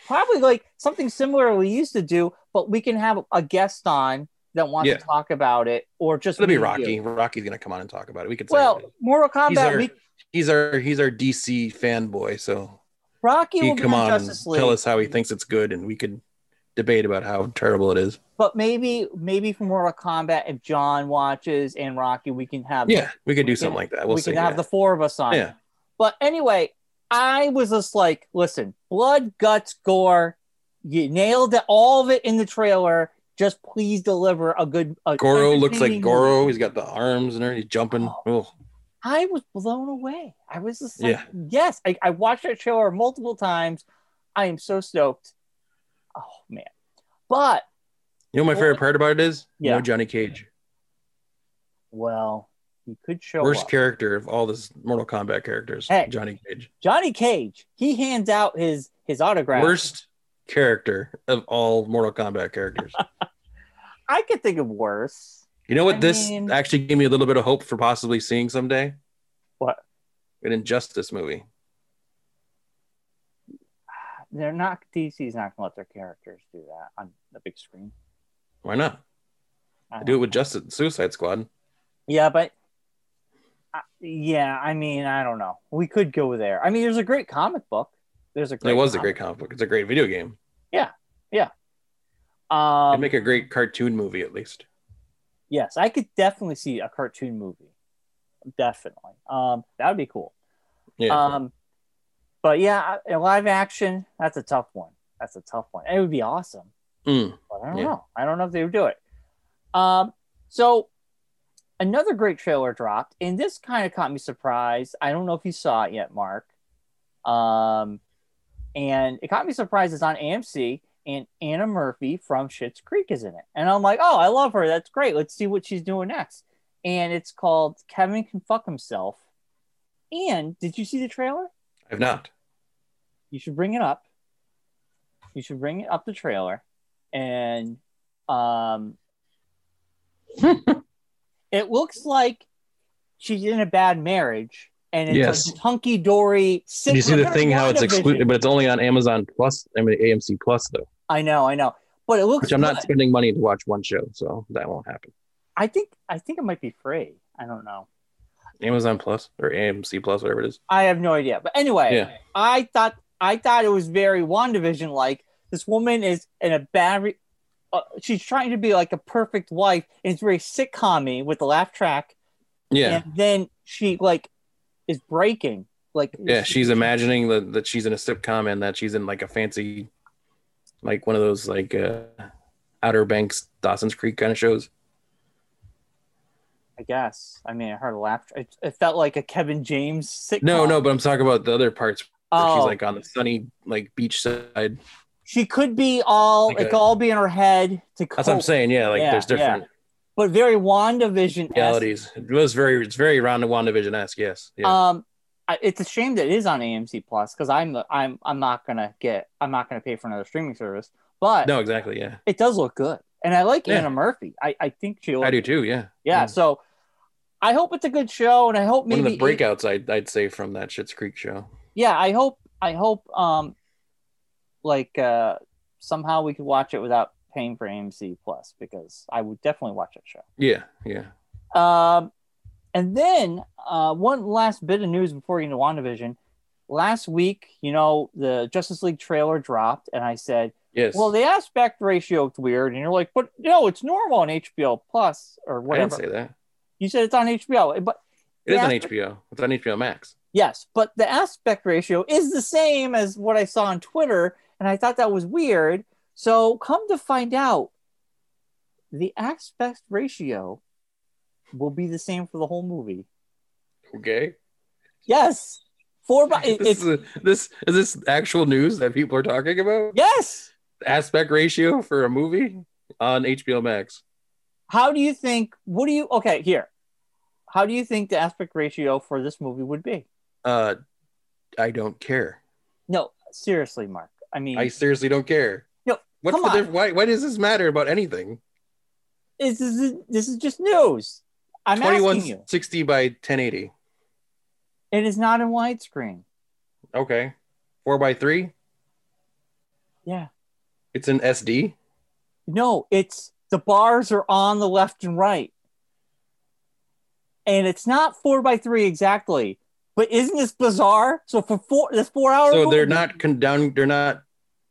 B: probably like something similar we used to do, but we can have a guest on that wants
A: Yeah.
B: to talk about it, or just
A: It'll be
B: me and
A: Rocky.
B: you.
A: Rocky's going to come on and talk about it. We could. say
B: Well,
A: it.
B: Mortal
A: he's
B: Kombat,
A: our,
B: we,
A: he's our he's our DC fanboy, so
B: Rocky
A: he
B: will
A: would
B: be
A: come
B: on
A: on and
B: Justice League.
A: tell us how he thinks it's good, and we could debate about how terrible it is.
B: But maybe, maybe for Mortal Kombat, if John watches and Rocky, we can have
A: Yeah, we could do
B: We can-
A: something like that.
B: we
A: We'll
B: can
A: see.
B: have
A: yeah.
B: the four of us on.
A: Yeah.
B: But anyway, I was just like, listen, blood, guts, gore, you nailed it, all of it in the trailer. Just please deliver a good. A
A: Goro looks like
B: entertaining
A: Goro.
B: movie.
A: He's got the arms and everything. He's jumping. Oh,
B: I was blown away. I was just like,
A: Yeah.
B: yes. I, I watched that trailer multiple times. I am so stoked. Oh man! But
A: You know, my favorite part about it is
B: Yeah.
A: no Johnny Cage,
B: Well, he could show
A: worst
B: up.
A: character of all this Mortal Kombat characters.
B: Hey.
A: Johnny Cage,
B: Johnny Cage. He hands out his his autograph.
A: worst character of all Mortal Kombat characters.
B: I could think of worse.
A: You know what?
B: I
A: this
B: mean-
A: actually gave me a little bit of hope for possibly seeing someday.
B: What?
A: An Injustice movie.
B: They're not DC's not gonna let their characters do that on the big screen.
A: Why not? I
B: I
A: do
B: don't
A: it with
B: know.
A: Justice Suicide Squad.
B: Yeah, but I yeah, I mean, I don't know. We could go there. I mean, there's a great comic book. There's a great.
A: it was a great comic book. It's a great video game.
B: book.
A: It'd
B: Um,
A: make a great cartoon movie at least.
B: yes, I could definitely see a cartoon movie. Definitely. Um, that would be cool.
A: Yeah.
B: Um, but yeah, I- live action. That's a tough one. That's a tough one. It would be awesome.
A: Mm.
B: but I don't
A: Yeah.
B: know. I don't know if they would do it. Um, so another great trailer dropped, and this kind of caught me surprised. I don't know if you saw it yet, Mark. Um, and it caught me surprised. It's on AMC, and Anna Murphy from Schitt's Creek is in it, and I'm like, oh, I love her. That's great. Let's see what she's doing next. And it's called Kevin Can Fuck Himself. And did you see the trailer?
A: I've not.
B: you should bring it up. You should bring it up the trailer, and um, it looks like she's in a bad marriage, and it's
A: Yes.
B: a hunky dory.
A: Did you see the thing how it's excluded, but it's only on Amazon Plus. I mean AMC Plus though,
B: I know, I know, but it looks.
A: which I'm not
B: good.
A: spending money to watch one show, so that won't happen.
B: I think I think it might be free. I don't know.
A: Amazon Plus or AMC Plus, whatever it is.
B: I have no idea. But anyway,
A: Yeah.
B: I thought I thought it was very WandaVision like. This woman is in a bad. Re- uh, she's trying to be like a perfect wife, and it's very sitcom with the laugh track.
A: Yeah.
B: And then she like is breaking. Like
A: Yeah, she's imagining that, that she's in a sitcom and that she's in like a fancy, like one of those like uh, Outer Banks, Dawson's Creek kind of shows.
B: I guess. I mean, I heard a laugh. Track. It, it felt like a Kevin James sitcom.
A: No, no, but I'm talking about the other parts. Where
B: Oh,
A: She's like on the sunny like beach side.
B: she could be all.
A: Like
B: it
A: a-
B: could all be in her head. To cope,
A: That's what I'm saying. Yeah, like
B: Yeah,
A: there's different
B: But very WandaVision.
A: realities. It was very, it's very round to WandaVision esque. Yes. Yeah.
B: Um, I, it's a shame that it is on AMC Plus because I'm I'm I'm not gonna get I'm not gonna pay for another streaming service. But
A: no, exactly. Yeah,
B: it does look good, and I like
A: Yeah.
B: Anna Murphy. I, I think she.
A: I
B: Looks,
A: do too. Yeah.
B: Yeah, So I hope it's a good show, and I hope maybe
A: One of the
B: it-
A: breakouts I'd, I'd say from that Shit's Creek show.
B: yeah, I hope I hope um like uh somehow we could watch it without paying for AMC Plus because I would definitely watch that show.
A: Yeah. Yeah.
B: Um, and then uh, one last bit of news before we get into WandaVision. Last week, you know, the Justice League trailer dropped, and I said,
A: Yes.
B: "Well, the aspect ratio is weird," and you're like, "But no, it's normal on HBO Plus or
A: I didn't
B: whatever."
A: say that.
B: You said it's on HBO, eh, but
A: It is
B: Yeah.
A: on HBO. It's on HBO Max.
B: yes, but the aspect ratio is the same as what I saw on Twitter, and I thought that was weird. So come to find out, the aspect ratio will be the same for the whole movie.
A: Okay.
B: Yes. Four by it-
A: this
B: it's
A: is a- this is this actual news that people are talking about.
B: yes.
A: Aspect ratio for a movie on HBO Max.
B: How do you think what do you okay here? How do you think the aspect ratio for this movie would be?
A: Uh, I don't care.
B: No, seriously, Mark. I mean
A: I seriously don't care.
B: Mm. No,
A: What's
B: come
A: the
B: on.
A: diff- why? Why does this matter about anything?
B: this is this is just news. I'm
A: Twenty-one
B: asking you.
A: sixty by ten eighty.
B: It is not in widescreen.
A: Okay, four by three.
B: Yeah.
A: It's an SD.
B: No, it's the bars are on the left and right. And it's not four by three exactly. But isn't this bizarre? So for four this four hour
A: So they're
B: movie-
A: not condone. They're not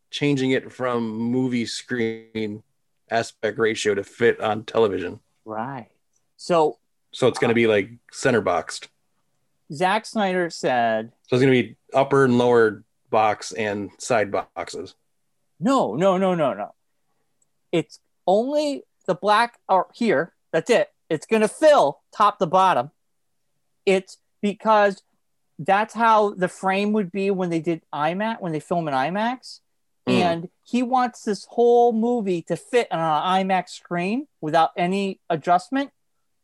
A: changing it from movie screen aspect ratio to fit on television.
B: right. So
A: So it's going to be like center boxed.
B: Zack Snyder said,
A: So it's going to be upper and lower box and side boxes.
B: "No, no, no, no, no. It's only the black are here. That's it. It's going to fill top to bottom. It's because that's how the frame would be when they did IMAX when they film in IMAX.
A: Mm.
B: and he wants this whole movie to fit on an IMAX screen without any adjustment.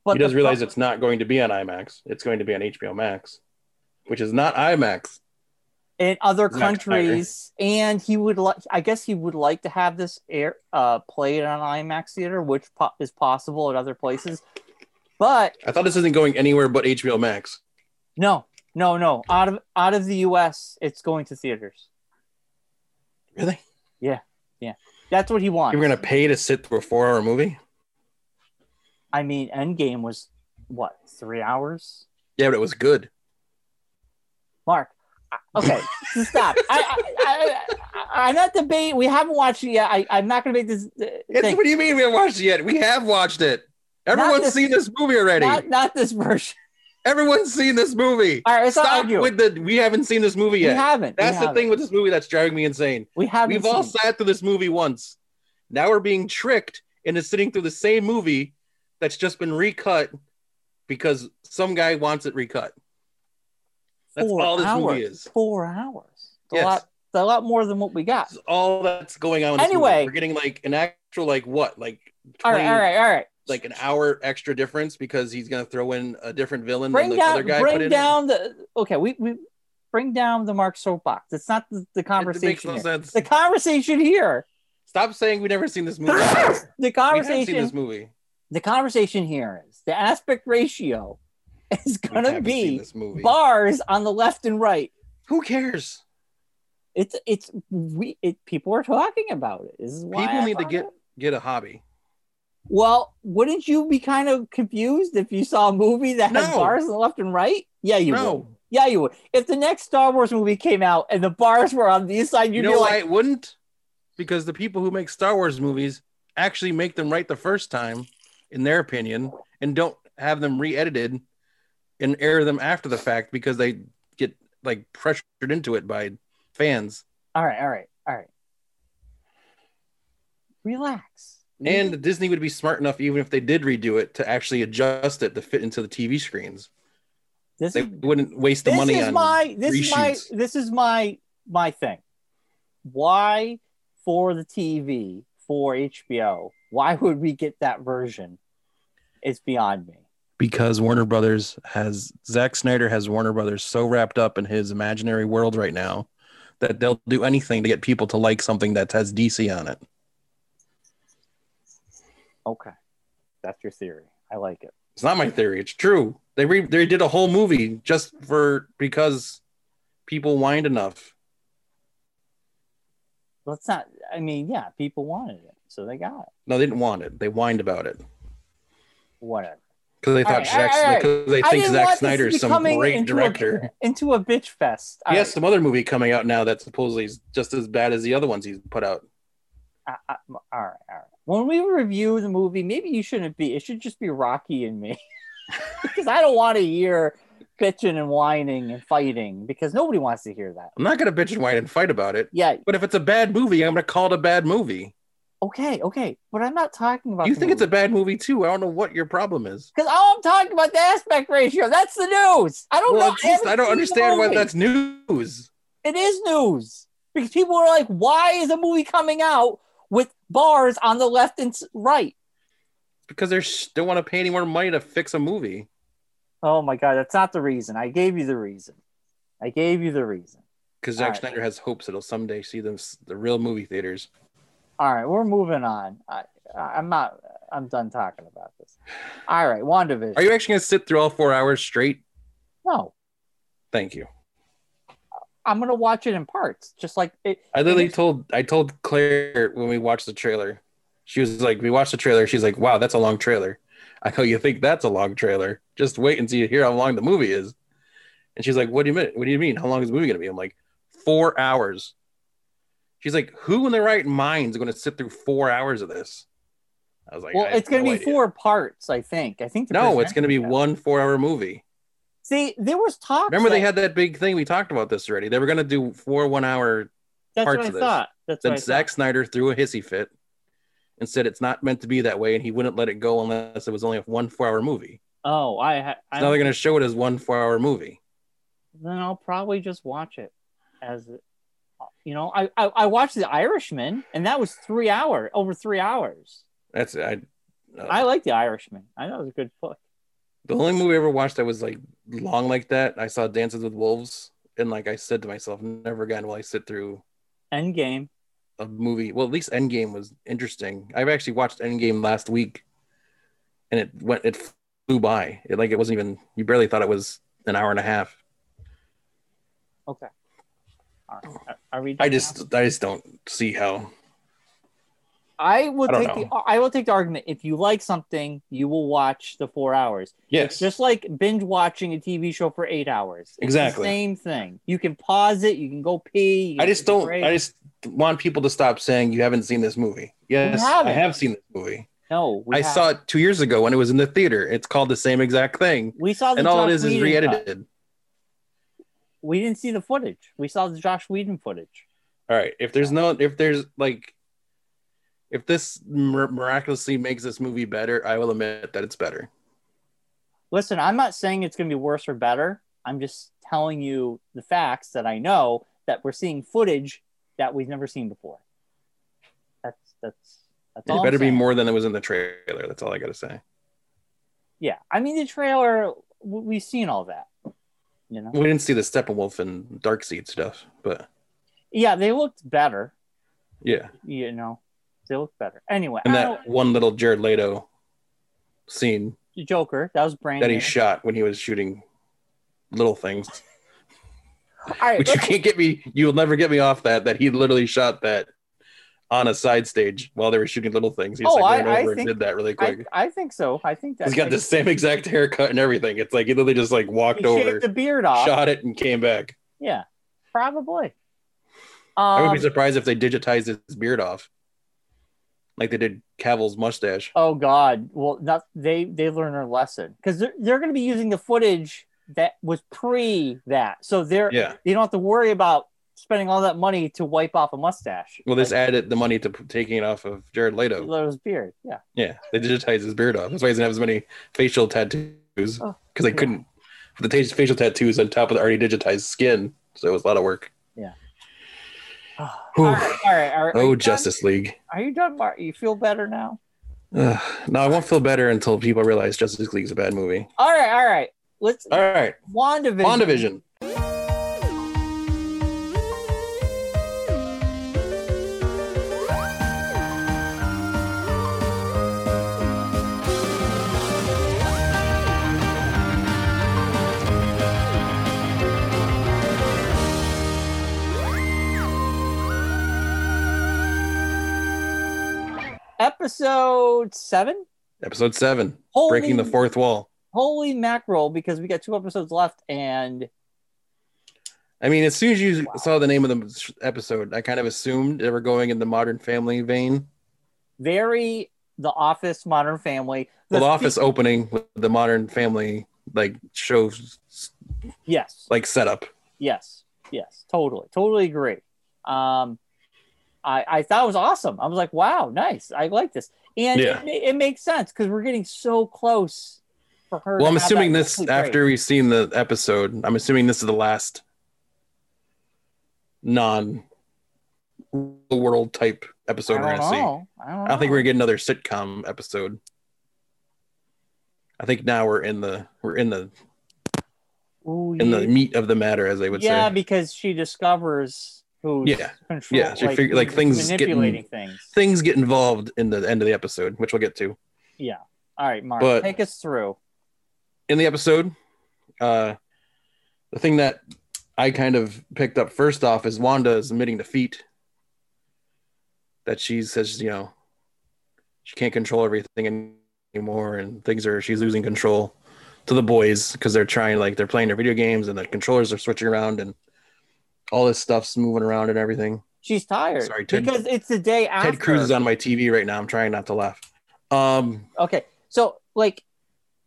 B: But
A: he
B: the
A: does realize
B: pro-
A: it's not going to be on IMAX. It's going to be on HBO Max, which is not IMAX.
B: in other
A: Zack Snyder.
B: countries, and he would like. I guess he would like to have this air uh, played on IMAX theater, which po- is possible at other places. But
A: I thought this isn't going anywhere but HBO Max.
B: no, no, no. Out of out of the U.S., it's going to theaters.
A: Really?
B: That's what he wants.
A: You're going to pay to sit through a four-hour movie?
B: I mean, Endgame was what three hours?
A: Yeah, but it was good.
B: Mark. I- Okay, so stop. I, I, I, I, am not debating. We haven't watched it yet. I, I'm not going to make this. Uh,
A: It's,
B: thing.
A: what do you mean we haven't watched it yet? We have watched it. Everyone's
B: this-
A: seen this movie already.
B: Not, not this version.
A: Everyone's seen this movie.
B: All right, let's not
A: Stop
B: argue.
A: with the we haven't seen this movie
B: we
A: yet.
B: haven't. we
A: That's the
B: haven't.
A: thing with this movie that's driving me insane.
B: We haven't.
A: We've all
B: seen.
A: sat through this movie once. Now we're being tricked into sitting through the same movie that's just been recut because some guy wants it recut. That's
B: Four
A: all this
B: hours.
A: movie is.
B: Four hours. It's
A: Yes.
B: A lot. it's A lot more than what we got.
A: That's all that's going on. in this movie.
B: Anyway.
A: we're getting like an actual like what like 20,
B: All right. All right. All right.
A: like an hour extra difference because he's gonna throw in a different villain
B: Bring
A: than the
B: down.
A: other guy put
B: Bring
A: in.
B: down the. Okay. We we bring down the Mark soapbox. It's not the, the
A: It- it makes
B: conversation.
A: no
B: here.
A: sense.
B: The conversation here.
A: Stop saying we've never seen this movie.
B: the
A: we have seen
B: conversation
A: this movie.
B: the conversation here is the aspect ratio is
A: We
B: going to
A: haven't seen
B: be
A: this movie.
B: bars on the left and right.
A: Who cares?
B: It's it's we it, people are talking about it. This is why
A: People
B: I
A: need to
B: brought
A: get-
B: it up.
A: Get a hobby.
B: Well, wouldn't you be kind of confused if you saw a movie that had
A: No.
B: bars on the left and right? Yeah, you would.
A: no,
B: Yeah, you would. If the next Star Wars movie came out and the bars were on the east side,
A: you
B: you'd
A: know
B: be
A: why
B: like,
A: it wouldn't? Because the people who make Star Wars movies actually make them right the first time, in their opinion, and don't have them re-edited and air them after the fact because they get like pressured into it by fans.
B: "All right, all right, all right, relax."
A: And Disney would be smart enough, even if they did redo it, to actually adjust it to fit into the TV screens.
B: this
A: They
B: is
A: wouldn't waste the
B: this
A: money
B: is
A: on.
B: my this is my
A: reshoots.
B: this is my my thing why for the tv for hbo why would we get that version it's beyond me
A: because Warner Brothers has Zack Snyder has Warner Brothers so wrapped up in his imaginary world right now that they'll do anything to get people to like something that has DC on it.
B: okay that's your theory i like it
A: It's not my theory; it's true. They re- they did a whole movie just for because people whined enough.
B: let's not i mean yeah people wanted it so they got it
A: No, they didn't want it; they whined about it
B: whatever
A: because they thought
B: Alright,
A: Zack
B: alright,
A: because they
B: I
A: think
B: didn't
A: Zack
B: want this
A: Snyder
B: to
A: is
B: be
A: some
B: coming
A: great
B: into a-
A: director.
B: into a bitch fest
A: he
B: All
A: has some other movie coming out now that supposedly is just as bad as the other ones he's put out.
B: I, I, all right, all right. When we review the movie, maybe you shouldn't be. It should just be Rocky and me, because I don't want to hear bitching and whining and fighting because nobody wants to hear that.
A: I'm not gonna bitch and whine and fight about it,
B: Yeah.
A: but if it's a bad movie, I'm gonna call it a bad movie.
B: Okay. Okay. But I'm not talking about.
A: You think it's a bad movie too? I don't know what your problem is.
B: because all I'm talking about the aspect ratio. That's the news. I don't
A: Well,
B: know.
A: it's just,
B: haven't
A: I don't
B: seen the
A: understand why
B: movie.
A: that's news.
B: It is news because people are like, "Why is a movie coming out with bars on the left and s- right?"
A: Because they sh- don't want to pay any more money to fix a movie.
B: Oh my god, that's not the reason. I gave you the reason. I gave you the reason.
A: Because Zack
B: Alright.
A: Snyder has hopes it'll someday see them s- the real movie theaters.
B: All right, we're moving on. I, I'm not. I'm done talking about this. All right, Wandavision.
A: Are you actually gonna sit through all four hours straight?
B: No,
A: Thank you.
B: I'm gonna watch it in parts, just like it.
A: I literally told I told Claire when we watched the trailer. She was like, "We watched the trailer." She's like, "Wow, that's a long trailer." I go, "You think that's a long trailer? Just wait and see hear how long the movie is." And she's like, "What do you mean? What do you mean? How long is the movie gonna be?" I'm like, four hours." She's like, "Who in their right mind is gonna sit through four hours of this?" I was like,
B: Well,
A: "I have
B: it's gonna
A: no
B: be
A: idea."
B: four parts, I think. I think. the
A: No, it's
B: presenter
A: gonna be
B: said.
A: one four-hour movie.
B: See, there was talk.
A: Remember, they had that big thing we talked about this already. They were gonna do four one-hour
B: that's
A: parts
B: what I
A: of this.
B: thought. That's what I
A: Then Zack Snyder threw a hissy fit and said it's not meant to be that way, and he wouldn't let it go unless it was only a one four-hour movie.
B: thought. Oh, I. ha-
A: So
B: I
A: now they're going to show it as one four-hour movie.
B: Then I'll probably just watch it as. You know, I, I I watched The Irishman, and that was three hour over three hours.
A: That's I. uh,
B: I like The Irishman. I know it's a good book.
A: the only movie I ever watched that was like long like that. I saw Dances with Wolves, and like I said to myself, never again will I sit through
B: Endgame.
A: a movie. Well, at least Endgame was interesting. I've actually watched Endgame last week, and it went it flew by. It like it wasn't even you barely thought it was an hour and a half.
B: Okay. All right. Are- Are we?
A: I
B: done now?
A: just I just don't see how.
B: I will
A: I don't
B: take the
A: know.
B: I will take the argument. If you like something, you will watch the four hours.
A: Yes,
B: Just like binge watching a TV show for eight hours. It's the
A: Exactly.
B: same thing. You can pause it. You can go pee. you
A: I
B: can
A: just
B: take a
A: don't.
B: break.
A: I just want people to stop saying you haven't seen this movie. Yes, I
B: haven't.
A: have seen this movie.
B: no. we
A: I
B: have-
A: saw it two years ago when it was in the theater. It's called the same exact thing,
B: We saw the
A: and all it
B: Josh
A: is is
B: Whedon cut.
A: re-edited.
B: We didn't see the footage. We saw the Josh Whedon footage.
A: All right. If there's no, if there's like, if this mir- miraculously makes this movie better, I will admit that it's better.
B: Listen, I'm not saying it's going to be worse or better. I'm just telling you the facts that I know that we're seeing footage that we've never seen before. That's that's that's all.
A: it
B: I'm
A: better be
B: saying.
A: more than it was in the trailer. That's all I gotta say.
B: Yeah, I mean the trailer. w- We've seen all that. You know.
A: We didn't see the Steppenwolf and Darkseid stuff, but
B: Yeah, they looked better.
A: yeah,
B: You know, they looked better. Anyway,
A: and
B: I
A: that one little Jared Leto scene
B: don't- Joker. That was brand
A: that he
B: new.
A: shot when he was shooting little things,
B: all right,
A: which you
B: let's,
A: can't get me. You'll never get me off that. That he literally shot that on a side stage while they were shooting little things. He just
B: Oh,
A: like
B: I-
A: ran
B: I
A: over and
B: think-
A: did that really quick.
B: I, I think so. I think that
A: He's got the same exact haircut and everything. It's like he literally just like
B: He
A: walked over,
B: shaved the beard off.
A: shot it, and came back.
B: Yeah, probably.
A: I would
B: Um,
A: be surprised if they digitized his beard off, like they did Cavill's mustache.
B: oh God! Well, not they. They learned their lesson because they're they're going to be using the footage that was pre that, so they're
A: Yeah.
B: they don't have to worry about spending all that money to wipe off a mustache.
A: Well, this
B: like,
A: added the money to p- taking it off of Jared Leto.
B: Leto's beard. Yeah.
A: Yeah, they digitized his beard off. That's why he doesn't have as many facial tattoos because
B: Oh,
A: they
B: yeah.
A: couldn't. The t- facial tattoos on top of the already digitized skin, so it was a lot of work.
B: all
A: Whew.
B: right, all right. Are, are you
A: Oh,
B: done?
A: Justice League.
B: Are you done, Mark? You feel better now?
A: Ugh. No, I won't feel better until people realize Justice League's a bad movie.
B: All right, all right. Let's
A: All right,
B: WandaVision.
A: WandaVision.
B: episode seven.
A: Episode seven,
B: Holy,
A: breaking the fourth wall.
B: Holy mackerel! Because we got two episodes left, and
A: I mean, as soon as you
B: Wow.
A: saw the name of the sh- episode, I kind of assumed they were going in the Modern Family vein.
B: very The Office, Modern Family.
A: Well, The
B: fe-
A: Office opening with the Modern Family like show s-
B: Yes.
A: like setup.
B: Yes. Yes. Totally. Totally agree. Um, I I thought it was awesome. I was like, wow, nice. I like this, and
A: Yeah.
B: it, ma- it makes sense because we're getting so close for her.
A: Well,
B: to
A: I'm
B: have
A: assuming
B: that
A: this
B: monthly break.
A: after we've seen the episode. I'm assuming this is the last non world type episode
B: I
A: we're
B: don't
A: gonna see.
B: know. I don't,
A: I don't think
B: know.
A: we're gonna get another sitcom episode. I think now we're in the we're in the
B: Ooh,
A: in the
B: yeah.
A: meat of the matter, as they would
B: yeah,
A: say.
B: because she discovers who's
A: Yeah.
B: control,
A: Yeah, she fig- like,
B: who's
A: things
B: manipulating things.
A: things get involved in the end of the episode, which we'll get to.
B: Yeah. All right, Mark,
A: But-
B: take us through.
A: In the episode, uh, the thing that I kind of picked up first off is Wanda is admitting defeat. That she says, you know, she can't control everything an- anymore, and things are she's losing control to the boys because they're trying like they're playing their video games and the controllers are switching around and all this stuff's moving around and everything.
B: She's tired
A: Sorry, Ted-
B: because it's the day after.
A: Ted Cruz is on my TV right now. I'm trying not to laugh. Um,
B: okay so like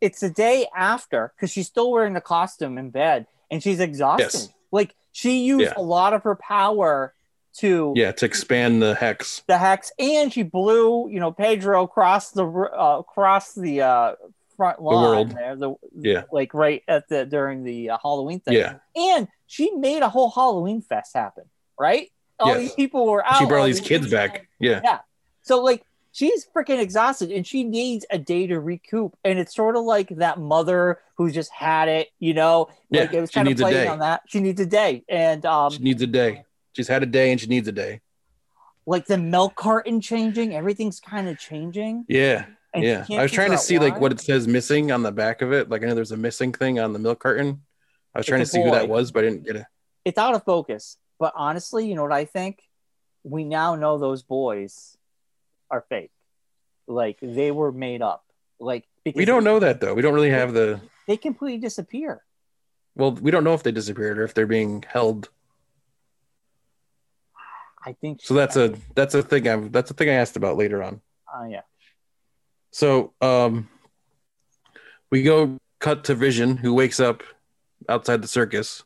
B: it's the day after because she's still wearing the costume in bed and she's exhausted
A: Yes.
B: like she used
A: Yeah.
B: a lot of her power to
A: yeah, to expand the hex.
B: the hex and she blew you know pedro across the r- uh, across the uh front lawn
A: world.
B: there the
A: Yeah.
B: like right at the during the uh, halloween thing
A: Yeah.
B: and she made a whole halloween fest happen right all
A: Yes.
B: these people were out.
A: she brought all these
B: the
A: kids
B: weekend.
A: back. Yeah.
B: So like she's freaking exhausted and she needs a day to recoup. And it's sort of like that mother who just had it, you know,
A: Yeah,
B: like it was
A: she
B: kind of
A: needs a
B: playing
A: day.
B: on that. She needs a day. And um
A: She needs a day. She's had a day and she needs a day.
B: like the milk carton changing, everything's kind of changing.
A: Yeah.
B: and she
A: yeah.
B: can't
A: I was trying
B: figure
A: to
B: out
A: see like
B: why.
A: what it says missing on the back of it. Like I know there's a missing thing on the milk carton. I was
B: It's
A: trying
B: a
A: to see who that
B: boy.
A: was, but I didn't get it.
B: it's out of focus. But honestly, you know what I think? We now know those boys are fake. Like they were made up. Like because
A: We don't know that though. We don't really have the
B: they completely disappear.
A: well, we don't know if they disappeared or if they're being held.
B: I think
A: So that's a that's a thing I'm that's a thing I asked about later on.
B: uh, yeah.
A: So um we go cut to Vision who wakes up outside the circus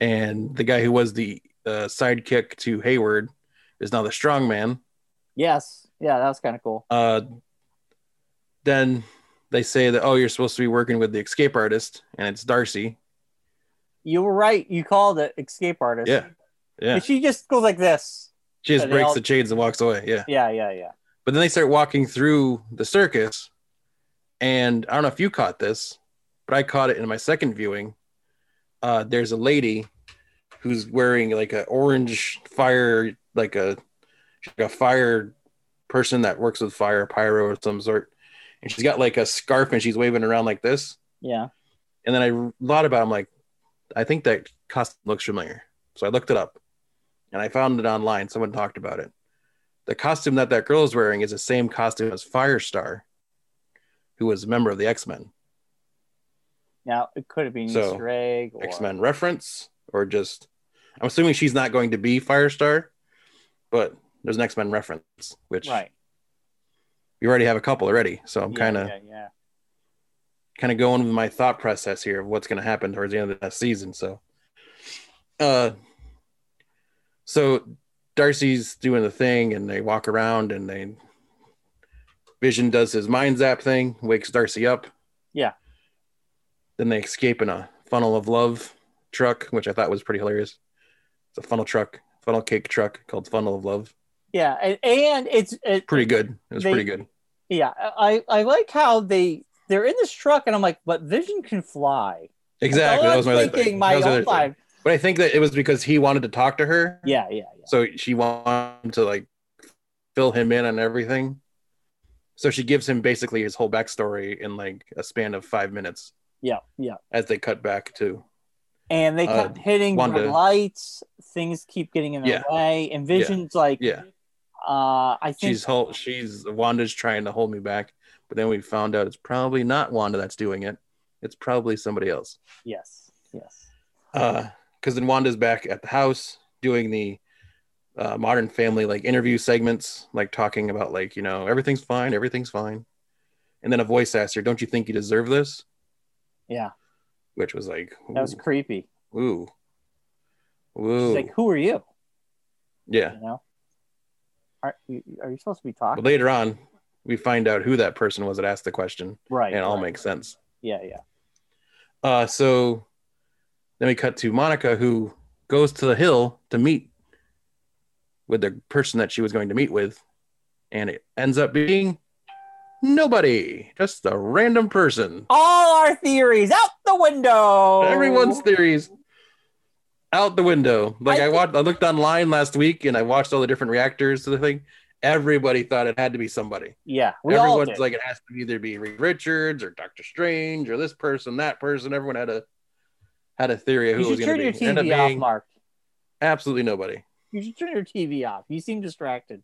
A: and the guy who was the uh, sidekick to Hayward is now the strong man.
B: Yes. Yeah, that was kind of cool.
A: Uh, then they say that oh you're supposed to be working with the escape artist and it's Darcy.
B: You were right. You called it escape artist.
A: Yeah. Yeah.
B: But she just goes like this.
A: She just
B: And they
A: breaks
B: all-
A: the chains and walks away. Yeah.
B: Yeah, yeah, yeah.
A: But then they start walking through the circus. And I don't know if you caught this, but I caught it in my second viewing. Uh, there's a lady who's wearing like an orange fire, like a, she's like a fire person that works with fire, pyro of some sort. And she's got like a scarf and she's waving around like this.
B: Yeah.
A: And then I thought about it, I'm like, I think that costume looks familiar. So I looked it up and I found it online. Someone talked about it. The costume that that girl is wearing is the same costume as Firestar, who was a member of the X Men.
B: Now it could have been
A: So,
B: Easter egg or
A: X Men reference, or just, I'm assuming she's not going to be Firestar, but there's an X Men reference, which
B: Right.
A: we already have a couple already. So I'm
B: Yeah,
A: kind of
B: yeah, yeah.
A: kind of going with my thought process here of what's going to happen towards the end of the season. So, uh, so Darcy's doing the thing, and they walk around, and they Vision does his mind zap thing, wakes Darcy up.
B: Yeah.
A: Then they escape in a funnel of love truck, which I thought was pretty hilarious. It's a funnel truck, funnel cake truck called Funnel of Love.
B: Yeah. And, and it's it,
A: Pretty good. It was
B: They-
A: pretty good.
B: yeah, I, I like how they they're in this truck and I'm like, but Vision can fly.
A: Exactly.
B: So
A: That was
B: I'm
A: my other
B: thinking
A: thing.
B: my
A: That was my
B: own
A: other thing.
B: life.
A: But I think that it was because he wanted to talk to her.
B: Yeah, yeah, yeah.
A: So she wanted to like fill him in on everything. So she gives him basically his whole backstory in like a span of five minutes
B: Yeah, yeah.
A: as they cut back to.
B: And they
A: Uh,
B: kept hitting red
A: Wanda.
B: lights, things keep getting in their way. And Vision's like,
A: Yeah.
B: uh, I think
A: She's whole she's Wanda's trying to hold me back, but then we found out it's probably not Wanda that's doing it. It's probably somebody else.
B: yes, yes.
A: because then Wanda's back at the house doing the uh, Modern Family like interview segments, like talking about like you know everything's fine, everything's fine, and then a voice asks her, "Don't you think you deserve this?"
B: Yeah.
A: which was like, ooh,
B: That was creepy.
A: ooh,
B: She's
A: ooh,
B: like, who are you?
A: yeah.
B: You know? Are, you- are you supposed to be talking?
A: But later on, we find out who that person was that asked the question,
B: right.
A: and it all
B: right.
A: makes sense.
B: Yeah, yeah.
A: Uh, so then we cut to Monica, who goes to the hill to meet with the person that she was going to meet with, and it ends up being nobody, just a random person.
B: All our theories out the window.
A: Everyone's theories out the window. Like
B: Oh.
A: I,
B: I think-
A: watched, I looked online last week and I watched all the different reactors to the thing. Everybody thought it had to be somebody.
B: Yeah, we all
A: Everyone's
B: did.
A: like, it has to either be Reed Richards or Doctor Strange or this person, that person. Everyone had a had a theory of who
B: you
A: it was
B: should turn
A: going to
B: your
A: be. It ended
B: TV
A: up
B: off,
A: being
B: Mark.
A: absolutely nobody.
B: You should turn your TV off. You seem distracted.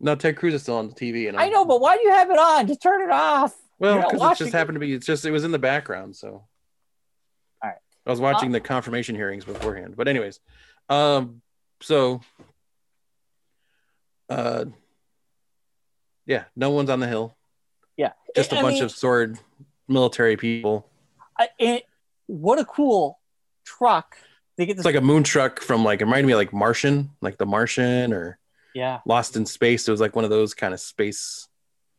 A: No, Ted Cruz is still on the TV, and
B: I know, but why do you have it on? Just turn it off.
A: well,
B: you're not
A: because it
B: watching
A: just
B: it.
A: happened to be. It's just it was in the background, so.
B: Alright.
A: I was watching the confirmation hearings beforehand, but anyways, um, so, uh, yeah, no one's on the hill.
B: Yeah.
A: just a
B: I
A: bunch
B: mean-
A: of sword military people.
B: I, it, what a cool truck. They get this.
A: It's like a moon truck from like it reminded me of like Martian, like The Martian or
B: yeah.
A: Lost in Space. It was like one of those kind of space.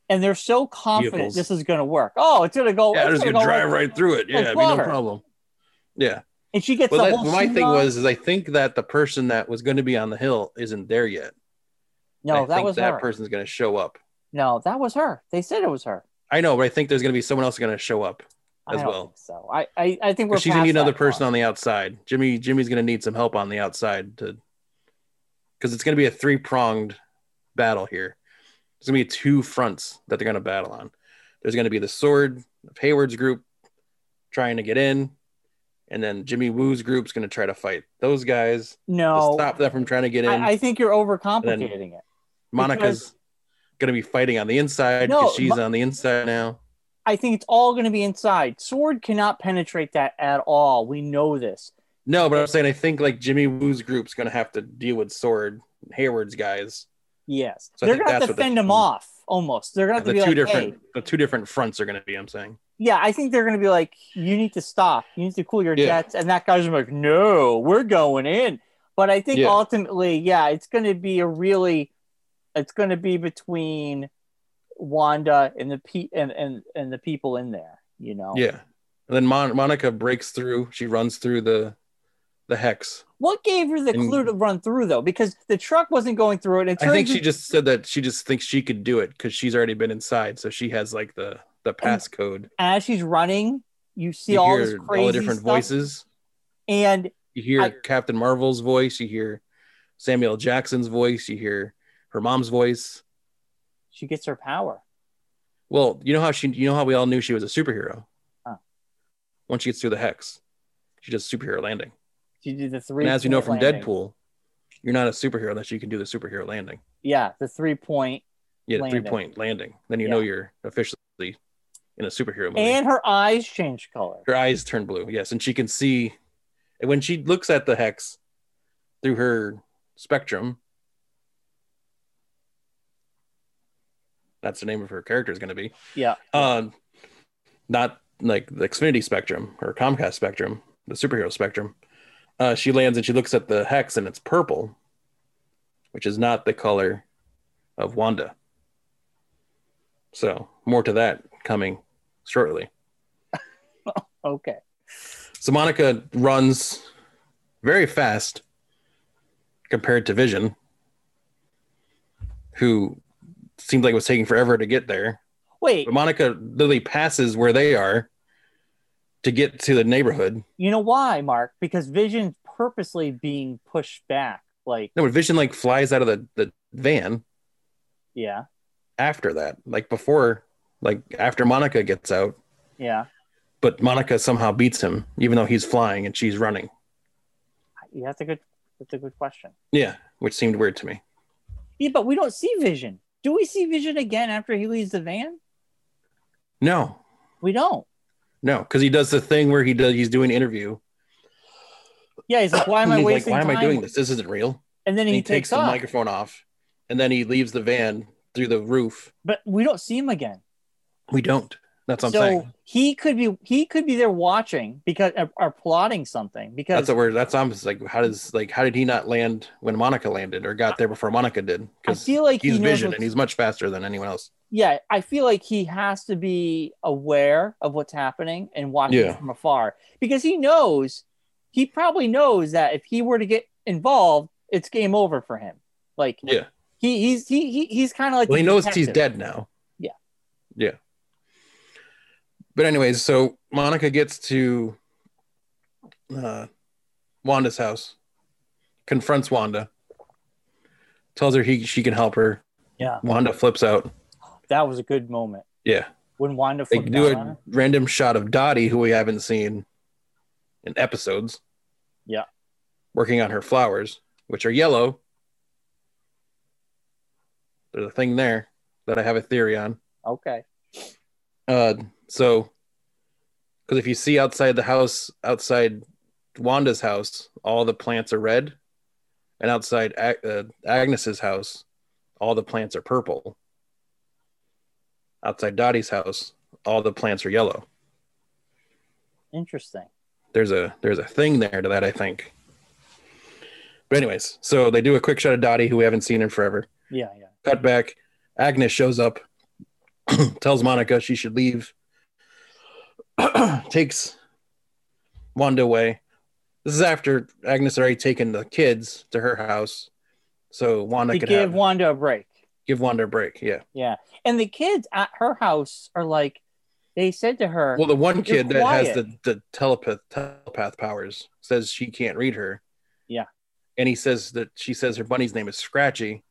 B: And they're so confident
A: Vehicles.
B: this is going to work. Oh, it's going to go.
A: yeah,
B: it's
A: just
B: gonna
A: gonna
B: go
A: drive
B: like-
A: right through it.
B: like
A: Yeah, it'd be no
B: water.
A: problem. Yeah,
B: and she gets
A: Well,
B: the
A: that,
B: whole.
A: my
B: scene
A: thing
B: wrong.
A: was is I think that the person that was going to be on the hill isn't there yet.
B: no,
A: I
B: that
A: think
B: was
A: that
B: her.
A: person's going to show up.
B: no, that was her. They said it was her.
A: I know, but I think there's going to be someone else going to show up.
B: I
A: As
B: don't
A: well.
B: think so I, I, I think we're.
A: She's going
B: past
A: to need another
B: that
A: person
B: part.
A: on the outside. Jimmy Jimmy's going to need some help on the outside to because it's going to be a three pronged battle here. There's going to be two fronts that they're going to battle on. There's going to be the sword of Hayward's group trying to get in, and then Jimmy Woo's group's going to try to fight those guys to
B: No,
A: stop them from trying to get in.
B: I, I think you're overcomplicating it.
A: Monica's going to be fighting on the inside
B: No,
A: because she's
B: Mo-
A: on the inside now.
B: I think it's all going to be inside. Sword cannot penetrate that at all. We know this.
A: No, but I'm saying I think like Jimmy Woo's group's going to have to deal with Sword Hayward's guys.
B: Yes,
A: So I
B: they're
A: think
B: going to have
A: that's
B: to
A: what the-
B: fend them off almost. They're going to have
A: the
B: to be
A: two
B: like,
A: different
B: hey,
A: the two different fronts are going to be. I'm saying
B: yeah, I think they're going to be like, you need to stop. You need to cool your
A: Yeah.
B: jets. And that guy's gonna be like, no, we're going in. But I think
A: Yeah.
B: ultimately, yeah, it's going to be a really, it's going to be between Wanda and the pe- and, and and the people in there. You know.
A: yeah. And then Mon- Monica breaks through. She runs through the the hex.
B: What gave her the
A: And-
B: clue to run through though? Because the truck wasn't going through it. It
A: I think
B: turns
A: she just said that she just thinks she could do it because she's already been inside, so she has like the the passcode.
B: as she's running, you see
A: you
B: all this
A: hear
B: crazy
A: all the different
B: stuff,
A: voices.
B: and
A: You hear
B: I-
A: Captain Marvel's voice. You hear Samuel Jackson's voice. You hear her mom's voice.
B: she gets her power.
A: Well, you know how she, you know how we all knew she was a superhero.
B: Huh.
A: Once she gets through the hex, she does superhero landing.
B: She did the three.
A: And as you know from
B: point landing.
A: Deadpool, you're not a superhero unless you can do the superhero landing.
B: yeah, the three point,
A: Yeah,
B: Landing.
A: three point landing. Then you know
B: Yeah.
A: you're officially in a superhero movie.
B: and her eyes change color.
A: her eyes turn blue. Yes, and she can see and when she looks at the hex through her spectrum. That's the name of her character is going to be.
B: Yeah,
A: Um, not like the Xfinity spectrum or Comcast spectrum, the superhero spectrum. Uh, she lands and she looks at the hex and it's purple, which is not the color of Wanda. So more to that coming shortly.
B: okay.
A: So Monica runs very fast compared to Vision, who seemed like it was taking forever to get there.
B: Wait,
A: But Monica literally passes where they are to get to the neighborhood.
B: you know why, Mark? Because Vision's purposely being pushed back. Like,
A: No, but Vision like flies out of the, the van
B: yeah,
A: after that, like before, like after Monica gets out.
B: yeah,
A: But Monica somehow beats him, even though he's flying and she's running.
B: yeah. That's a good. That's a good question.
A: Yeah, which seemed weird to me.
B: Yeah, but we don't see Vision. Do we see Vision again after he leaves the van?
A: No,
B: We don't.
A: no, because he does the thing where he does he's doing an interview.
B: Yeah, he's like, why am I
A: He's like,
B: wasting
A: why am
B: time?
A: I doing this? This isn't real.
B: And then
A: And
B: he,
A: he takes the
B: off.
A: microphone off, and then he leaves the van through the roof.
B: but we don't see him again.
A: We don't. That's what
B: so
A: I'm saying.
B: he could be he could be there watching because or, or plotting something because
A: That's what we're. That's what I'm just like. How does like how did he not land when Monica landed or got there before Monica did?
B: I
A: Because
B: feel like he
A: he's
B: knows
A: Vision
B: what's-
A: and he's much faster than anyone else.
B: yeah I feel like he has to be aware of what's happening and watching
A: Yeah.
B: from afar because he knows he probably knows that if he were to get involved it's game over for him like
A: Yeah.
B: he he's he, he he's kind of like
A: Well, he
B: the
A: knows he's
B: detective.
A: dead now.
B: Yeah.
A: Yeah. But anyways, so Monica gets to uh, Wanda's house, confronts Wanda, tells her he she can help her.
B: Yeah.
A: Wanda flips out.
B: that was a good moment
A: Yeah.
B: when Wanda
A: They
B: flipped
A: do
B: out
A: a
B: on her.
A: random shot of Dottie, who we haven't seen in episodes.
B: Yeah.
A: Working on her flowers, which are yellow. There's a thing there that I have a theory on.
B: okay
A: Uh, so, because if you see outside the house, outside Wanda's house, all the plants are red, and outside Ag- uh, Agnes's house, all the plants are purple. Outside Dottie's house, all the plants are yellow.
B: interesting
A: There's a there's a thing there to that, I think. But anyways, so they do a quick shot of Dottie, who we haven't seen in forever.
B: yeah yeah
A: Cut back. Agnes shows up, tells Monica she should leave, takes Wanda away. This is after Agnes already taken the kids to her house, so Wanda
B: to
A: could
B: give
A: have,
B: Wanda a break.
A: give Wanda a break. Yeah.
B: And the kids at her house are like, they said to her,
A: Well, the one
B: They're
A: kid that has the
B: quiet.
A: the telepath telepath powers says she can't read her.
B: Yeah.
A: And he says that she says her bunny's name is Scratchy,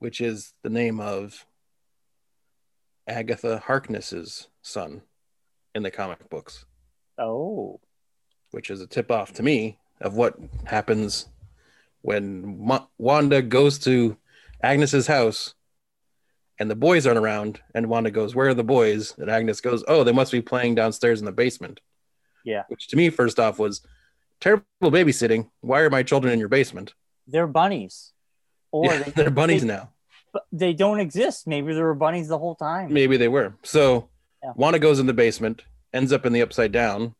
A: which is the name of Agatha Harkness's son in the comic books.
B: "Oh,
A: which is a tip off to me of what happens when Ma- Wanda goes to Agnes's house and the boys aren't around and Wanda goes where are the boys and Agnes goes oh they must be playing downstairs in the basement
B: Yeah.
A: which to me first off was terrible babysitting why are my children in your basement
B: they're bunnies, or
A: yeah,
B: they,
A: they're bunnies
B: they-
A: now
B: but they don't exist. Maybe there were bunnies the whole time."
A: maybe they were so
B: Yeah.
A: Wanda goes in the basement ends up in the upside down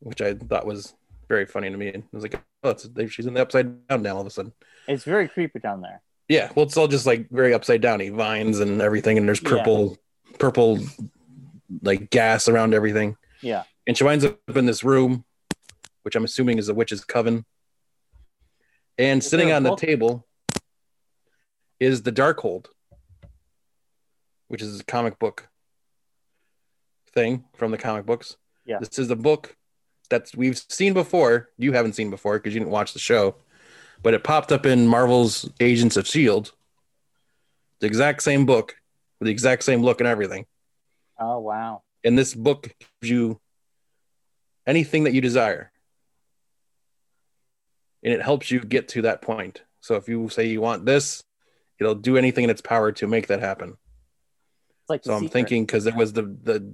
A: which I thought was very funny to me and I was like oh it's, she's in the upside down now all of a sudden
B: It's very creepy down there.
A: Yeah, well, it's all just like very upside downy vines and everything, and there's
B: Yeah.
A: purple, purple, like gas around everything.
B: Yeah.
A: and she winds up in this room, which I'm assuming is the witch's coven. And
B: Is
A: sitting
B: there a
A: on the
B: book?
A: table is the Darkhold, which is a comic book thing from the comic books.
B: Yeah.
A: this is the book that we've seen before. You haven't seen before because you didn't watch the show but it popped up in Marvel's Agents of S.H.I.E.L.D. E The exact same book with the exact same look and everything.
B: Oh wow,
A: And this book gives you anything that you desire. And it helps you get to that point. So if you say you want this, it'll do anything in its power to make that happen.
B: it's like.
A: So
B: The
A: I'm
B: Secret.
A: thinking because there was the the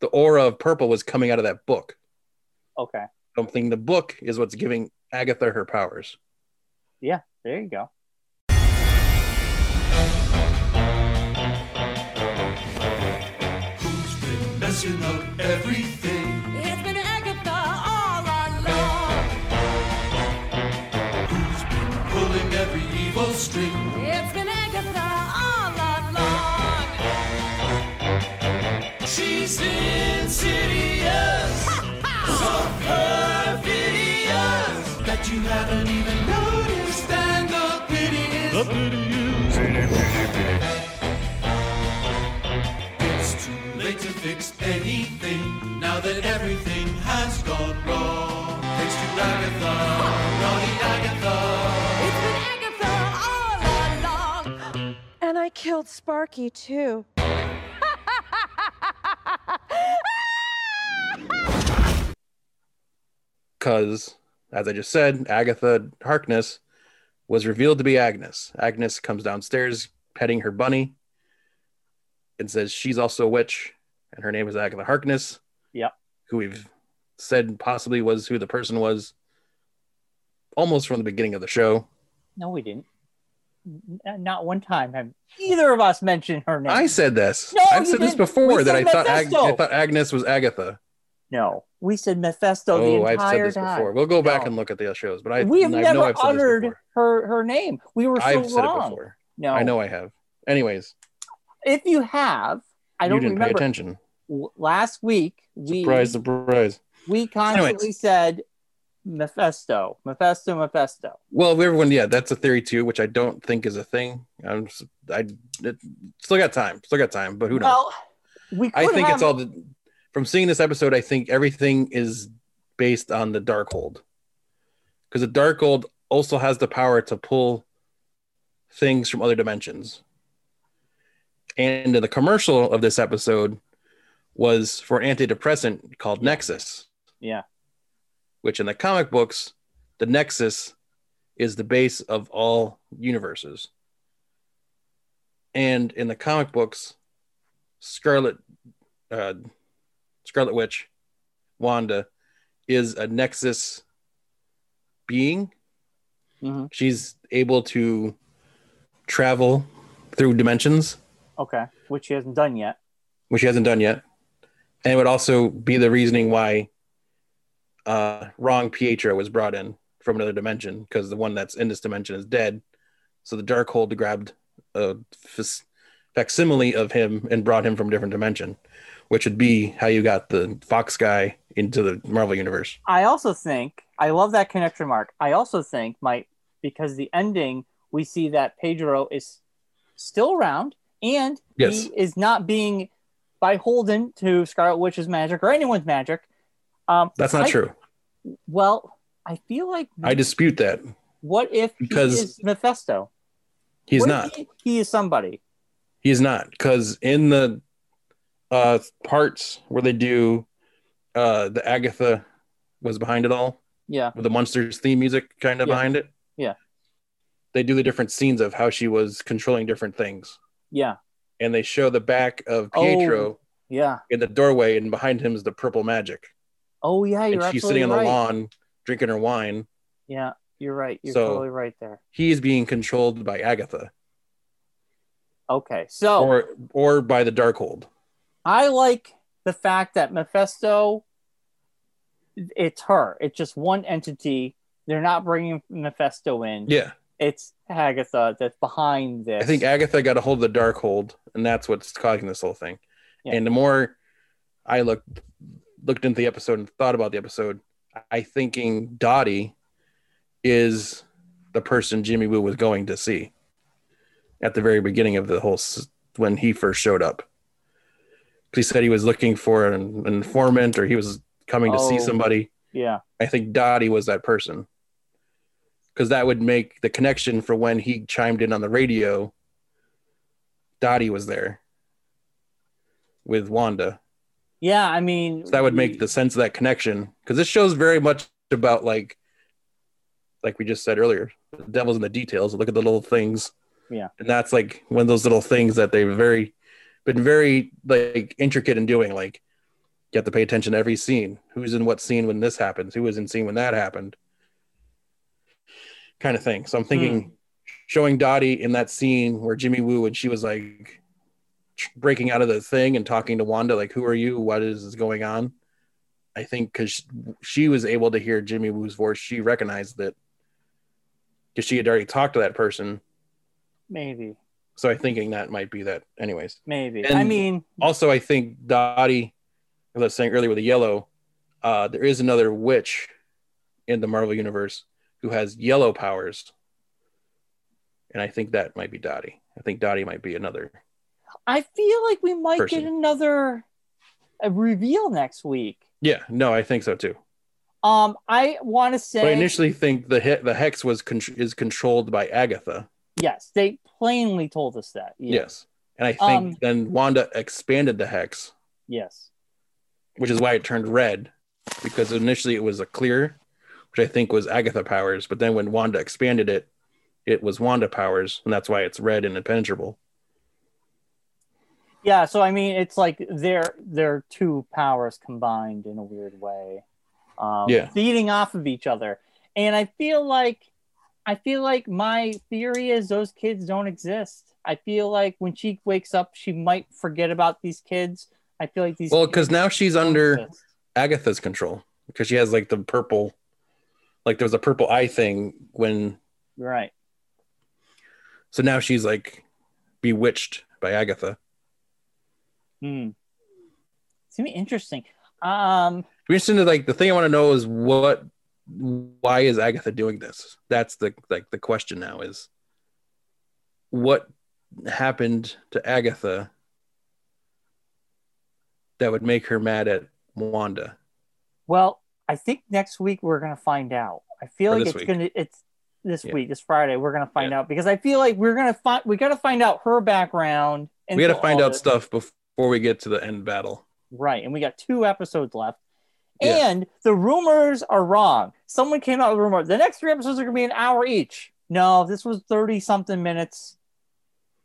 A: the aura of purple was coming out of that book.
B: Okay,
A: I'm thinking the book is what's giving Agatha her powers.
B: there you go.
C: Who's been messing up everything?
D: It's been Agatha all along.
C: Who's been pulling every evil string?
D: It's been Agatha all along.
C: She's insidious, so perfidious that you haven't even noticed. And the pity is, the pity is, it's too late to fix anything now that everything has gone wrong. Thanks to Agatha, naughty Agatha.
D: It's been Agatha all along.
E: And I killed Sparky too.
A: because, as I just said, Agatha Harkness was revealed to be Agnes. Agnes comes downstairs petting her bunny and says she's also a witch, and her name is Agatha Harkness.
B: Yep.
A: Who we've said possibly was who the person was almost from the beginning of the show.
B: No, we didn't. N- Not one time have either of us mentioned her name.
A: I said this.
B: No,
A: I've
B: you
A: said this
B: didn't.
A: before
B: We
A: that I
B: said
A: thought, Ag-
B: Mephisto.
A: I thought Agnes was Agatha.
B: No, we said Mephisto
A: oh,
B: the
A: I've
B: entire
A: said this
B: time.
A: before. We'll go back
B: No.
A: and look at the other shows, but I,
B: we have
A: I
B: never
A: know I've said this
B: uttered
A: before.
B: her her name. We were so
A: I've said
B: wrong.
A: it before.
B: No,
A: I know I have. Anyways,
B: If you have, I
A: you
B: don't
A: didn't pay
B: remember.
A: attention.
B: W- Last week we
A: Surprise, surprise.
B: we constantly said Mephisto, Mephisto, Mephisto.
A: Well, everyone, yeah, that's a theory too, which I don't think is a thing. I'm, s- I it, still got time, still got time, but who knows?
B: Well, we could
A: I think
B: have,
A: it's all the, from seeing this episode. I think everything is based on the Darkhold, because the Darkhold also has the power to pull things from other dimensions. And the commercial of this episode was for an antidepressant called Nexus.
B: Yeah.
A: Which in the comic books, the Nexus is the base of all universes. And in the comic books, Scarlet uh, Scarlet Witch, Wanda, is a Nexus being. Mm-hmm.
B: Mhm.
A: She's able to travel through dimensions,
B: okay, which she hasn't done yet.
A: which she hasn't done yet. And it would also be the reasoning why uh, wrong Pietro was brought in from another dimension because the one that's in this dimension is dead. So the Darkhold grabbed a f- facsimile of him and brought him from a different dimension, which would be how you got the Fox guy into the Marvel universe.
B: I also think I love that connection mark. I also think my because the ending we see that Pedro is still around and
A: Yes.
B: he is not being beholden to Scarlet Witch's magic or anyone's magic. Um,
A: That's not
B: I-
A: true.
B: Well, I feel like
A: I dispute that.
B: what if
A: because-
B: he is Mephisto?
A: He's
B: What if
A: not.
B: He, he is somebody.
A: He's not because in the uh, parts where they do uh, the Agatha was behind it all
B: Yeah.
A: with the monsters theme music kind of
B: Yeah.
A: behind it.
B: Yeah.
A: They do the different scenes of how she was controlling different things,
B: Yeah.
A: and they show the back of
B: Oh.
A: Pietro
B: Yeah.
A: in the doorway, and behind him is the purple magic,
B: Oh yeah. You're
A: and she's
B: absolutely
A: sitting on the
B: right.
A: lawn drinking her wine.
B: Yeah. You're right. You're
A: So-
B: totally right there.
A: He is being controlled by Agatha
B: Okay. So
A: or or by the Darkhold.
B: I like the fact that Mephisto, it's her. It's just one entity. They're not bringing Mephisto in.
A: Yeah,
B: It's Agatha that's behind this.
A: I think Agatha got a hold of the dark hold, and that's what's causing this whole thing.
B: Yeah.
A: And the more I looked looked into the episode and thought about the episode, I thinking Dottie is the person Jimmy Woo was going to see at the very beginning of the whole s- when he first showed up. 'Cause He said he was looking for an an informant, or he was coming to see
B: Oh.
A: somebody.
B: yeah.
A: I think Dottie was that person. Because that would make the connection for when he chimed in on the radio. Dottie was there with Wanda.
B: Yeah. I mean,
A: So that would make the sense of that connection. Because this show's very much about like like we just said earlier, the devil's in the details. Look at the little things.
B: Yeah.
A: And that's like one of those little things that they've very been very like intricate in doing. Like you have to pay attention to every scene. Who's in what scene when this happens? Who was in scene when that happened? Kind of thing. So I'm thinking showing Dottie in that scene where Jimmy Woo and she was like tr- breaking out of the thing and talking to Wanda, like, who are you? What is this going on? I think because she was able to hear Jimmy Woo's voice, she recognized it because she had already talked to that person.
B: maybe,
A: So I'm thinking that might be that, anyways.
B: maybe.
A: And-
B: I mean,
A: Also, I think Dottie, as I was saying earlier with the yellow, uh, there is another witch in the Marvel universe who has yellow powers, and I think that might be Dottie. I think Dottie might be another.
B: I feel like we might
A: Person.
B: get another a reveal next week.
A: Yeah, no, I think so too.
B: Um, I want to say
A: But I initially think the he- the hex was con- is controlled by Agatha.
B: yes, they plainly told us that. Yeah.
A: Yes, and I think
B: Um,
A: then Wanda expanded the hex
B: Yes.
A: which is why it turned red because initially it was a clear which i think was agatha powers but then when wanda expanded it it was wanda powers and that's why it's red and impenetrable
B: Yeah, so I mean, it's like their their two powers combined in a weird way, um,
A: Yeah.
B: feeding off of each other. And I feel like, I feel like my theory is those kids don't exist. I feel like when she wakes up, she might forget about these kids. I feel like these.
A: well
B: kids
A: because now she's
B: don't
A: under
B: exist.
A: agatha's control because she has like the purple like there was a purple eye thing when
B: right.
A: so now she's like bewitched by agatha
B: Hmm. It's gonna be interesting. Um.
A: We're interested in like the thing i want to know is what why is agatha doing this that's the like the question now is what happened to agatha that would make her mad at wanda
B: Well, I think next week we're gonna find out. I feel
A: Or
B: like
A: this
B: it's
A: week.
B: gonna it's this
A: Yeah.
B: week, this Friday, we're gonna find out because I feel like we're gonna find we gotta find out her background. And
A: we got to find out stuff before we get to the end battle
B: right? And we got two episodes left,
A: Yeah.
B: and the rumors are wrong. Someone came out with a rumor. The next three episodes are gonna be an hour each. No, this was thirty something minutes,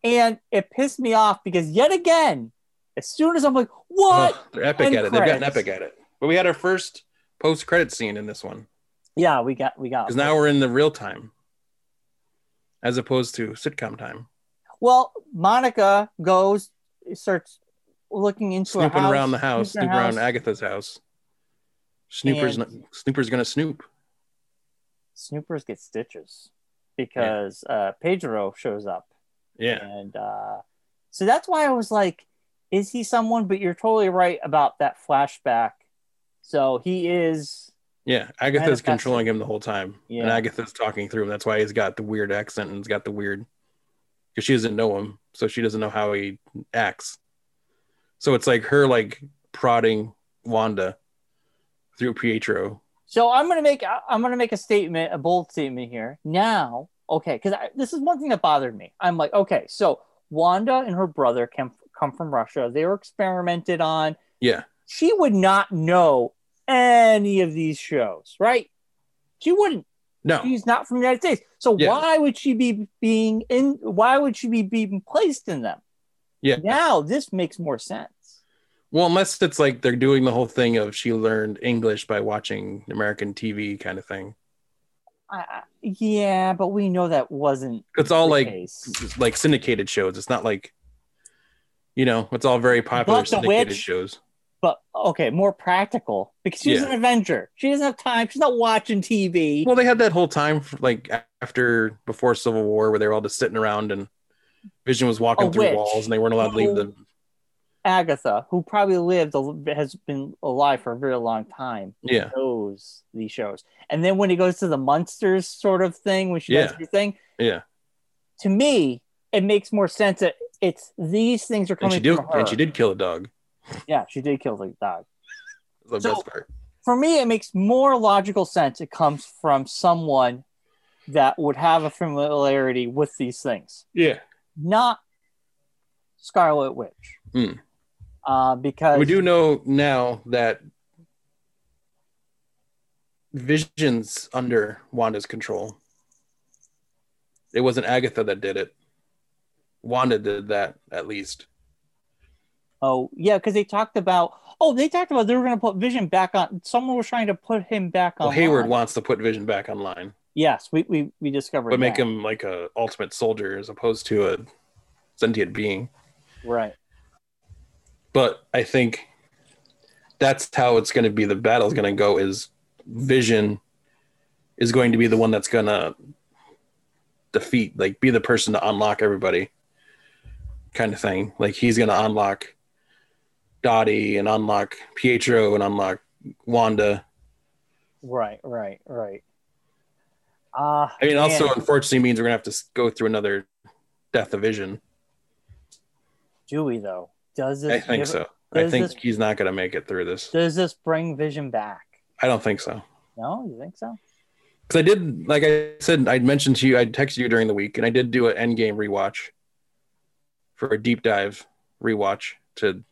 B: and it pissed me off because yet again, as soon as I'm like, what?
A: Ugh, they're epic
B: End
A: at it they've gotten
B: credits.
A: epic at it but we had our first post-credit scene in this one
B: Yeah, we got we got
A: because now we're in the real time as opposed to sitcom time
B: Well, Monica goes starts looking into her
A: snooping
B: house,
A: around the house,
B: snooping
A: snooping
B: her
A: around Agatha's house. Snooper's
B: And-
A: not- Snooper's gonna snoop.
B: Snoopers get stitches because uh, Pedro shows up
A: Yeah,
B: and uh, So that's why I was like, is he someone? But you're totally right about that flashback. So he is
A: Yeah, Agatha's
B: Manifested.
A: controlling him the whole time, and
B: Yeah.
A: Agatha's talking through him. That's why he's got the weird accent and he's got the weird because she doesn't know him, so she doesn't know how he acts. So it's like her like prodding Wanda through Pietro.
B: So I'm gonna make I- I'm gonna make a statement, a bold statement here now. Okay, because this is one thing that bothered me. I'm like, okay, so Wanda and her brother can come from Russia. They were experimented on.
A: Yeah,
B: She would not know any of these shows, right? She wouldn't.
A: no,
B: She's not from the United States. So
A: Yeah.
B: why would she be being in? Why would she be being placed in them?
A: Yeah.
B: Now this makes more sense.
A: well, unless it's like they're doing the whole thing of she learned English by watching American TV kind of thing.
B: I, I, yeah, but we know that wasn't
A: It's all
B: the
A: like
B: case.
A: it's like syndicated shows. It's not like you know, it's all very popular
B: But The
A: syndicated
B: Witch-
A: shows.
B: but okay, more practical because she's
A: Yeah.
B: an Avenger. She doesn't have time. She's not watching TV.
A: Well, they had that whole time, like after before Civil War, where they were all just sitting around and Vision was walking
B: A
A: through
B: witch. Oh.
A: walls and they weren't allowed to leave the.
B: Agatha, who probably lived a- has been alive for a very long time,
A: Yeah,
B: knows these shows. And then when it goes to the monsters sort of thing, when she does
A: Yeah.
B: her thing,
A: yeah,
B: to me, it makes more sense that it's these things are
A: and
B: coming
A: she did,
B: from her.
A: and she did kill a dog.
B: Yeah, she did kill the dog.
A: The
B: So-
A: best part.
B: for me, it makes more logical sense. It comes from someone that would have a familiarity with these things,
A: Yeah,
B: not Scarlet Witch.
A: Hmm.
B: Uh, because
A: we do know now that Vision's under Wanda's control. It wasn't Agatha that did it. Wanda did that, at least.
B: oh yeah, because they talked about oh they talked about they were going to put Vision back on. Someone was trying to put him back on.
A: Well, Hayward wants to put Vision back online.
B: Yes, we we, we discovered.
A: but make
B: that.
A: him like a ultimate soldier as opposed to a sentient being
B: right.
A: but i think that's how it's going to be the battle's going to go is vision is going to be the one that's going to defeat like be the person to unlock everybody kind of thing like he's going to unlock dottie and unlock pietro and unlock wanda
B: Right. Right. Right. Uh,
A: i mean also
B: man,
A: unfortunately means we're going to have to s- go through another death of vision
B: do we though? Does this
A: i think
B: give-
A: so i
B: does
A: think
B: this-
A: he's not going to make it through this
B: Does this bring Vision back?
A: I don't think so.
B: No, you think so?
A: Because I did, like I said, I'd mentioned to you, I texted you during the week, and I did do an Endgame rewatch for a deep dive rewatch to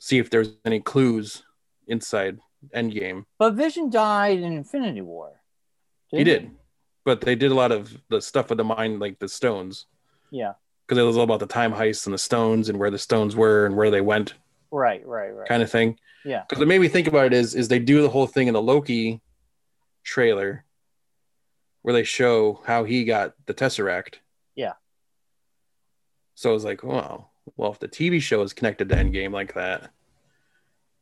A: see if there's any clues inside Endgame.
B: But Vision died in Infinity War.
A: He did, but they did a lot of the stuff with the mind, like the stones,
B: Yeah.
A: because it was all about the time heist and the stones and where the stones were and where they went,
B: Right. Right. Right.
A: kind of thing.
B: Yeah.
A: because what made me think about it is is they do the whole thing in the Loki trailer where they show how he got the Tesseract.
B: Yeah.
A: So I was like, wow, well, if the TV show is connected to Endgame like that,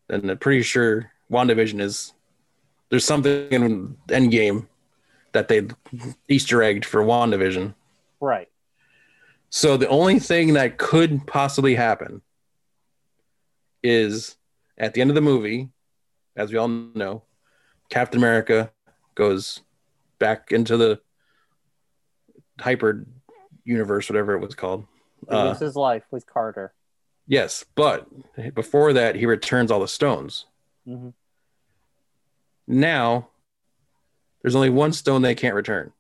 A: then I'm pretty sure WandaVision is there's something in Endgame that they Easter egged for WandaVision.
B: Right.
A: So the only thing that could possibly happen is at the end of the movie, as we all know, Captain America goes back into the hyper universe, whatever it was called.
B: He
A: Uh,
B: lives his life with Carter.
A: yes, but before that, he returns all the stones.
B: Mhm.
A: Now, there's only one stone they can't return.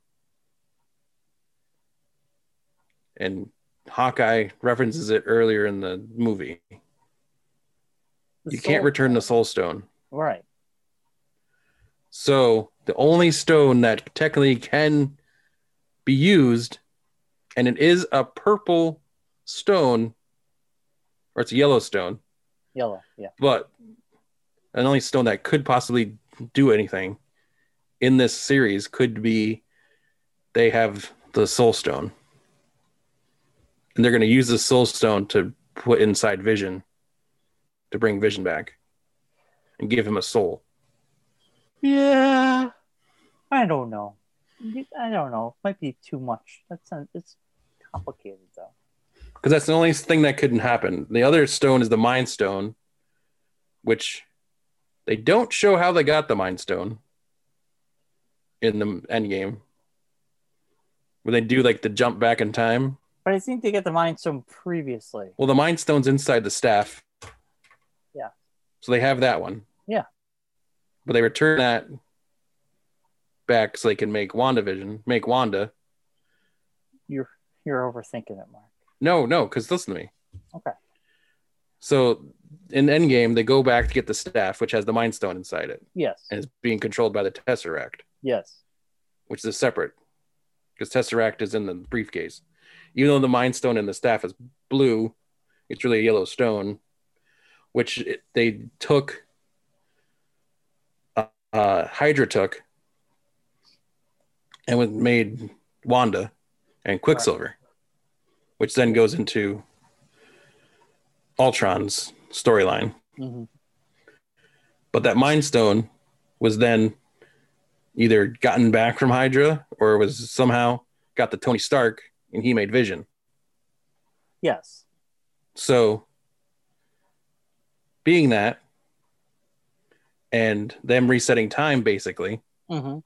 A: And Hawkeye references it earlier in the movie.
B: The
A: you can't
B: soul-
A: return the soul stone.
B: Right.
A: So the only stone that technically can be used, and it is a purple stone, or it's a yellow stone,
B: Yellow. Yeah.
A: but an only stone that could possibly do anything in this series could be they have the soul stone and they're going to use the soul stone to put inside vision to bring vision back and give him a soul
B: Yeah. I don't know. I don't know. Might be too much. That's it's complicated though.
A: because that's the only thing that couldn't happen. The other stone is the Mind Stone, which they don't show how they got the Mind Stone in the end game. When they do like the jump back in time,
B: But I think they get the Mind Stone previously.
A: well, the Mind Stone's inside the staff.
B: Yeah.
A: So they have that one.
B: Yeah.
A: But they return that back so they can make WandaVision, make Wanda.
B: You're overthinking it, Mark.
A: No, no, because listen to me.
B: Okay.
A: So in Endgame, they go back to get the staff, which has the Mind Stone inside it,
B: Yes.
A: and it's being controlled by the Tesseract,
B: Yes.
A: which is a separate, because Tesseract is in the briefcase. Even though the Mind Stone and the staff is blue, it's really a yellow stone, which it, they took. Uh, uh, Hydra took, and was made Wanda, and Quicksilver which then goes into Ultron's storyline.
B: Mhm.
A: But that Mind Stone was then either gotten back from Hydra or was somehow got to Tony Stark and he made Vision.
B: Yes.
A: So, being that, and them resetting time basically,
B: Mm-hmm.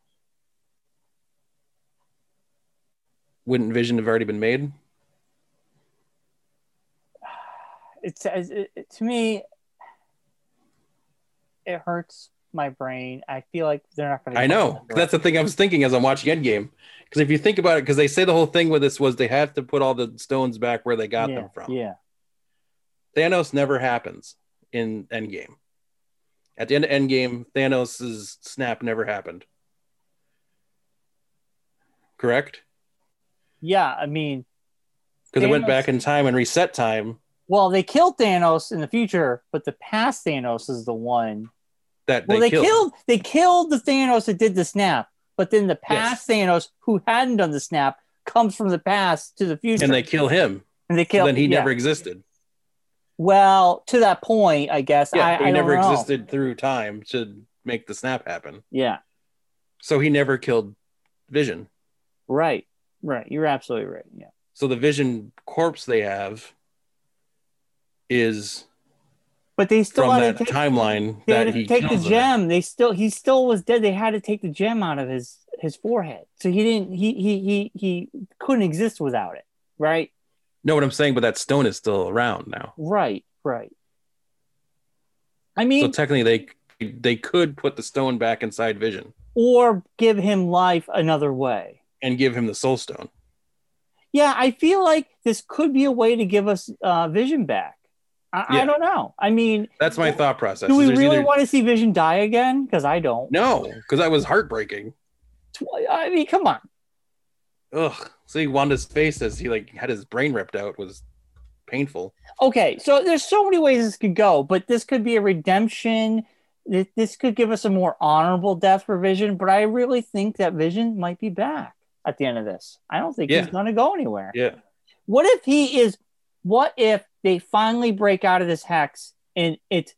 A: wouldn't Vision have already been made?
B: It's it, it, to me, it hurts my brain. I feel like they're not going to.
A: I know. 'cause That's the thing I was thinking as I'm watching Endgame. Because if you think about it, because they say the whole thing with this was they have to put all the stones back where they got
B: yeah,
A: them from.
B: Yeah.
A: Thanos never happens in Endgame. At the end of Endgame, Thanos' snap never happened. Correct?
B: Yeah. I mean,
A: Because it went
B: Thanos-
A: back in time and reset time
B: well, they killed Thanos in the future, but the past Thanos is the one.
A: that
B: Well,
A: they,
B: they, killed. They killed the Thanos that did the snap, but then the past Thanos who hadn't done the snap comes from the past to the future,
A: and they kill him.
B: and they
A: So
B: kill.
A: then he
B: yeah.
A: never existed.
B: Well, to that point, I guess.
A: Yeah,
B: I,
A: but
B: I
A: he
B: don't
A: never
B: know.
A: existed through time to make the snap happen.
B: Yeah.
A: So he never killed Vision.
B: Right. Right. You're absolutely right. Yeah.
A: So the Vision corpse they have is
B: But they still
A: from
B: had
A: that
B: to take,
A: timeline
B: they
A: that
B: had to
A: he
B: take the
A: kills him in.
B: gem. They still he still was dead. They had to take the gem out of his his forehead. So he didn't he he he he couldn't exist without it. Right?
A: No, what I'm saying, but that stone is still around now.
B: Right. Right. I
A: So
B: mean,
A: technically, they they could put the stone back inside Vision
B: or give him life another way.
A: and give him the Soul Stone.
B: Yeah, I feel like this could be a way to give us uh, Vision back. I, I
A: Yeah.
B: don't know. I mean,
A: That's my thought process.
B: do we
A: There's
B: really
A: either-
B: want to see Vision die again? Because I don't.
A: No, because that was heartbreaking.
B: Tw- I mean, come on.
A: Ugh. See Wanda's face as he like had his brain ripped out was painful.
B: okay so there's so many ways this could go but this could be a redemption Th- this could give us a more honorable death for vision but i really think that vision might be back at the end of this i don't think
A: Yeah.
B: he's going to go anywhere
A: Yeah.
B: what if he is what if they finally break out of this hex and it's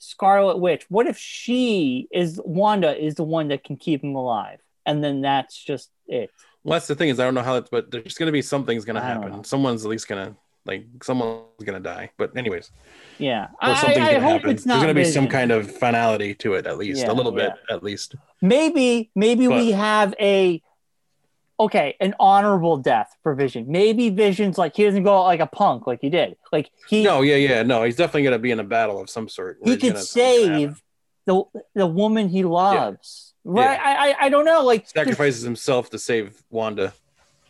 B: scarlet witch what if she is wanda is the one that can keep him alive and then that's just it
A: Well, that's the thing is I don't know how that's, but there's gonna be something's gonna
B: I don't know.
A: happen. Someone's at least gonna like someone's gonna die. But anyways,
B: yeah
A: or
B: i,
A: something's
B: I
A: gonna
B: hope
A: happen.
B: it's not
A: there's gonna be some
B: Vision.
A: kind of finality to it at least,
B: Yeah,
A: a little bit at least.
B: maybe maybe
A: But-
B: we have a okay an honorable death for vision maybe vision's like he doesn't go out like a punk like he did like he
A: No, yeah, yeah, no. He's definitely gonna be in a battle of some sort. where
B: he
A: he's
B: could
A: gonna- something's gonna happen.
B: save the the woman he loves right I, I i don't know like there's-
A: sacrifices himself to save Wanda.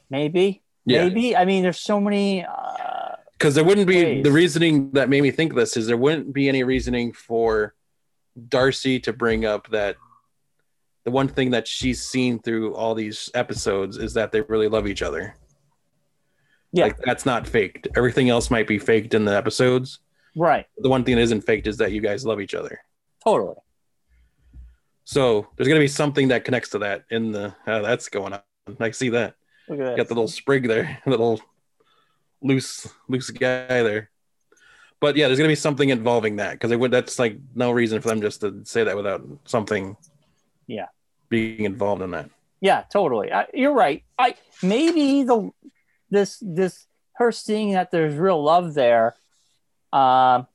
B: maybe
A: Yeah,
B: maybe i mean there's so many uh
A: because there wouldn't be
B: Ways.
A: the reasoning that made me think this is there wouldn't be any reasoning for Darcy to bring up that the one thing that she's seen through all these episodes is that they really love each other.
B: Yeah.
A: Like that's not faked. Everything else might be faked in the episodes.
B: right
A: The one thing that isn't faked is that you guys love each other.
B: totally
A: So there's gonna be something that connects to that in the how that's going on. I see that.
B: look at that
A: got the little sprig there, the little loose loose guy there. But yeah, there's gonna be something involving that because would that's like no reason for them just to say that without something.
B: Yeah.
A: Being involved in that.
B: Yeah, totally. I, you're right. I maybe the this this her seeing that there's real love there, um,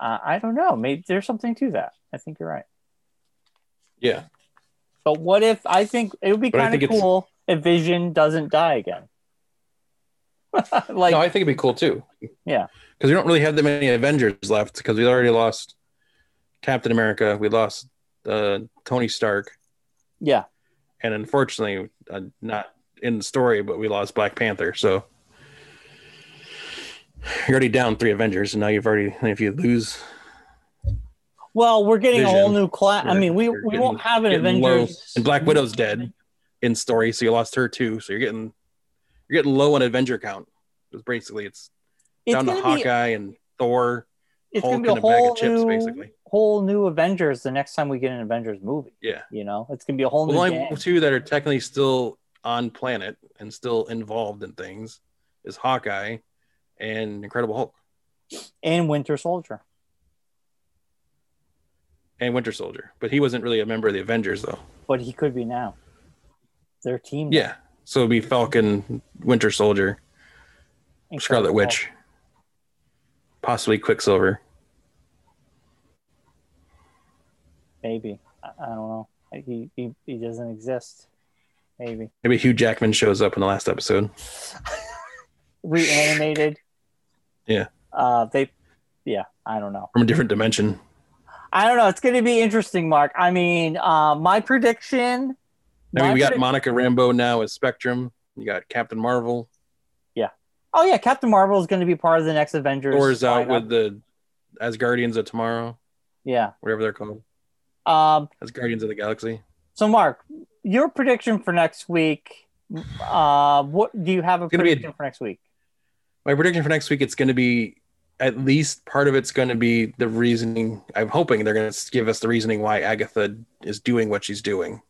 B: uh, I don't know. Maybe there's something to that. I think you're right.
A: Yeah.
B: But what if I think it would be
A: But I
B: kind
A: think
B: of
A: it's-
B: cool if Vision doesn't die again? like
A: no, I think it'd be cool too.
B: Yeah.
A: Because we don't really have that many Avengers left because we already lost Captain America. We lost uh, Tony Stark.
B: yeah,
A: And unfortunately, uh, not in the story, but we lost Black Panther. So you're already down three Avengers. And now you've already, and if you lose,
B: Well, we're getting a whole
A: Vision.
B: new class. I
A: Yeah,
B: mean, we,
A: you're
B: we
A: getting-
B: won't have an
A: getting low.
B: Avengers.
A: And Black Widow's dead. in story, so you lost her too. So you're getting, you're getting low on Avenger count. It's basically, it's,
B: It's
A: down to
B: gonna be
A: Hawkeye and Thor.
B: it's
A: Hulk
B: gonna be a
A: and a bag of
B: whole
A: chips,
B: new,
A: basically.
B: whole new Avengers the next time we get an Avengers movie.
A: Yeah.
B: You know, it's gonna be a whole
A: Well,
B: new.
A: the
B: gang.
A: only two that are technically still on planet and still involved in things is Hawkeye and Incredible Hulk
B: And Winter Soldier.
A: and Winter Soldier. But he wasn't really a member of the Avengers though.
B: but he could be now. Their team,
A: Yeah. So it'd be Falcon, Winter Soldier,
B: Incredible
A: Scarlet
B: Hulk.
A: Witch, possibly Quicksilver.
B: maybe I, I don't know. He, he he doesn't exist. Maybe
A: Maybe Hugh Jackman shows up in the last episode.
B: reanimated.
A: Yeah.
B: Uh, they, yeah, I don't know.
A: From a different dimension.
B: I don't know. It's going to be interesting, Mark. I mean, uh, my prediction.
A: I mean,
B: my
A: we got
B: predic-
A: Monica Rambeau now as Spectrum. You got Captain Marvel.
B: oh yeah, Captain Marvel is going to be part of the next Avengers.
A: Thor's out
B: lineup.
A: with the As Guardians of Tomorrow,
B: yeah.
A: whatever they're called.
B: Um.
A: As Guardians of the Galaxy.
B: So, Mark, your prediction for next week. Uh, what do you have a
A: gonna be a-
B: prediction for next week?
A: my prediction for next week it's going to be at least part of it's going to be the reasoning i'm hoping they're going to give us the reasoning why agatha is doing what she's doing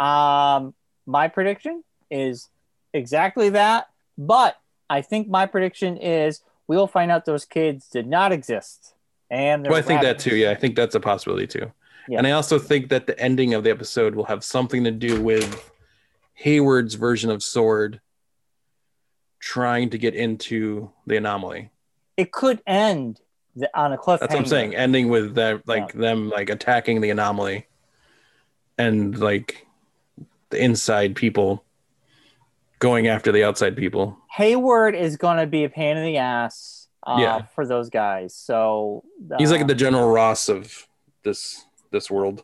B: Um, my prediction is exactly that, but I think my prediction is we will find out those kids did not exist, and they're
A: well i think that
B: rabbits.
A: too yeah i think that's a possibility too
B: Yeah.
A: and i also think that the ending of the episode will have something to do with hayward's version of sword trying to get into the anomaly
B: It could end the, on a cliffhanger.
A: that's what i'm saying ending with that like them like attacking the anomaly and like the inside people going after the outside people
B: Hayward is going to be a pain in the ass. Uh,
A: Yeah.
B: for those guys. So uh,
A: he's like the general ross of this this world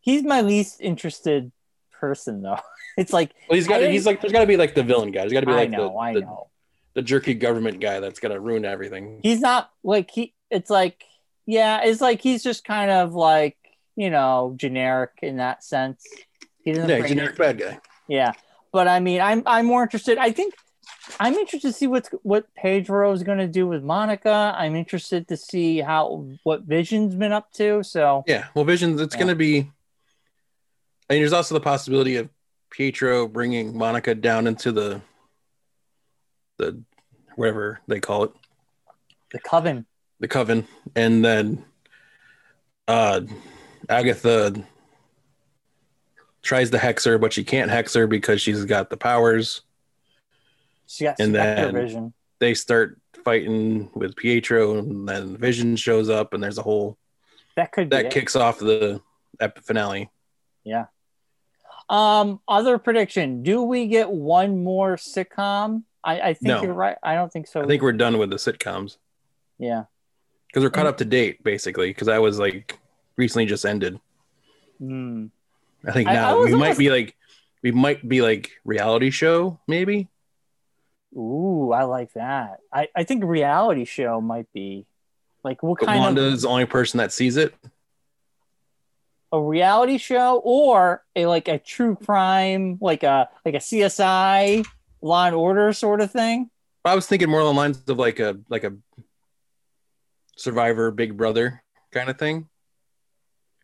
B: he's my least interested person though. It's like
A: well he's got
B: I
A: he's like there's got to be like the villain guy there's got to be
B: I
A: like
B: know,
A: the,
B: I
A: the,
B: know.
A: the jerky government guy that's gonna ruin everything
B: he's not like he it's like yeah it's like he's just kind of like you know generic in that sense he doesn't
A: yeah
B: bring-
A: generic bad guy
B: yeah but i mean i'm i'm more interested i think i'm interested to see what's what pedro is going to do with monica i'm interested to see how what vision's been up to so
A: yeah well visions it's
B: Yeah.
A: gonna be and there's also the possibility of pietro bringing monica down into the the whatever they call it
B: the coven
A: the coven and then uh agatha tries to hex her but she can't hex her because she's got the powers
B: she got
A: And
B: Spectre
A: then-
B: vision
A: they start fighting with pietro and then vision shows up and there's a whole
B: that could be
A: that
B: it.
A: kicks off the ep- finale
B: um other prediction do we get one more sitcom i i think
A: No.
B: you're right i don't think so
A: i think we're done with the sitcoms
B: yeah
A: because we're caught up to date basically because i was like recently just ended
B: Hmm.
A: i think
B: I- I
A: now
B: was
A: we might
B: almost-
A: be like we might be like reality show maybe
B: Ooh, I like that. I, I think reality show might be like what
A: but
B: kind
A: wanda
B: of
A: is the only person that sees it
B: a reality show or a like a true crime, like a like a CSI law and order sort of thing.
A: I was thinking more along the lines of like a like a survivor big brother kind of thing.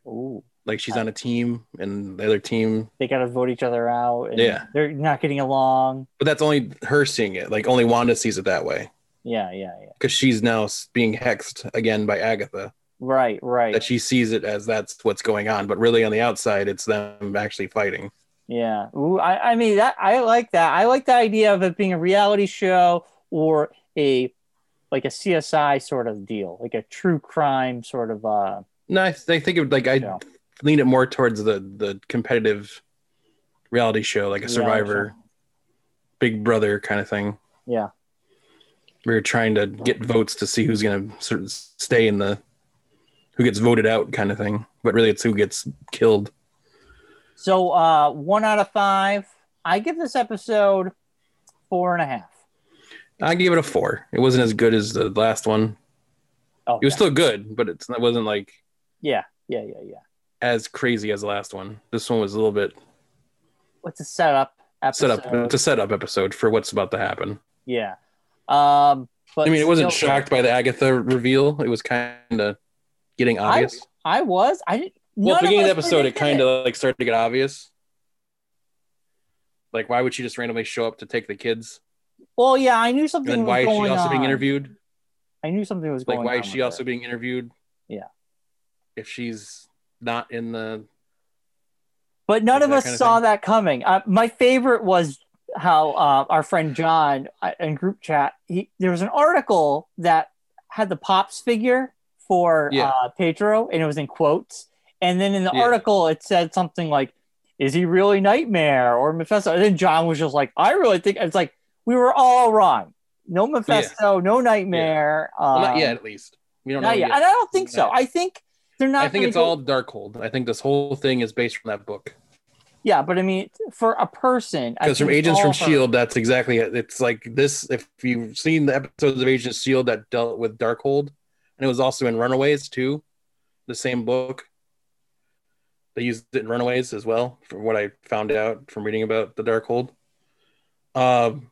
B: Ooh.
A: Like she's on a team and the other team
B: They gotta vote each other out and
A: Yeah.
B: they're not getting along.
A: but that's only her seeing it. Like only Wanda sees it that way.
B: Yeah, yeah, yeah.
A: Because she's now s- being hexed again by Agatha.
B: Right, right.
A: That she sees it as that's what's going on. But really on the outside it's them actually fighting.
B: Yeah. Ooh, I, I mean that I like that. I like the idea of it being a reality show or a like a CSI sort of deal, like a true crime sort of uh
A: No, I, th- I think it would like I
B: Yeah.
A: lean it more towards the the competitive reality show, like a
B: Reality
A: Survivor, Big Brother kind of thing.
B: yeah.
A: We were trying to get
B: Mm-hmm.
A: votes to see who's going to sort of stay in the who gets voted out kind of thing, but really it's who gets killed.
B: So uh one out of five. I give this episode four and a half.
A: I gave it a four. It wasn't as good as the last one.
B: Oh
A: It was still good, but it's, it wasn't like
B: yeah, yeah, yeah, yeah.
A: as crazy as the last one. This one was a little bit
B: What's a setup
A: set
B: episode?
A: up. It's a setup episode for what's about to happen.
B: Yeah. Um but
A: I mean, it wasn't
B: still-
A: shocked by the Agatha reveal. It was kind of getting obvious.
B: I was. I didn't
A: well, at the
B: none
A: beginning of the
B: us
A: episode, it
B: predicted
A: kind of like started to get obvious. Like, why would she just randomly show up to take the kids?
B: Well, yeah, I knew
A: And
B: something
A: then
B: was
A: why is
B: going
A: she also
B: on.
A: being interviewed?
B: I knew something was
A: Like,
B: going on.
A: why is she
B: with
A: also
B: it.
A: being interviewed?
B: Yeah.
A: If she's not in the
B: But none
A: Like
B: of
A: that
B: us
A: kinda
B: saw
A: thing.
B: that coming. Uh, my favorite was how uh, our friend John uh, in group chat. He, there was an article that had the pops figure for
A: Yeah.
B: uh, Pedro, and it was in quotes. And then in the
A: Yeah.
B: article, it said something like, "Is he really Nightmare or Mephisto?" And then John was just like, "I really think it's like we were all wrong. No Mephisto, no Nightmare. Yeah.
A: well, not yet, at least we don't know.
B: Um, Not yet.
A: Yet.
B: And I don't think so.
A: Not
B: I think they're not.
A: I think
B: gonna
A: it's
B: go-
A: all Darkhold. I think this whole thing is based from that book.
B: Yeah, but I mean, for a person, I
A: because from
B: think
A: agents
B: all
A: from
B: of her-
A: shield E that's exactly it it's like this if you've seen the episodes of agents shield E that dealt with darkhold and it was also in runaways too the same book they used it in runaways as well from what i found out from reading about the darkhold um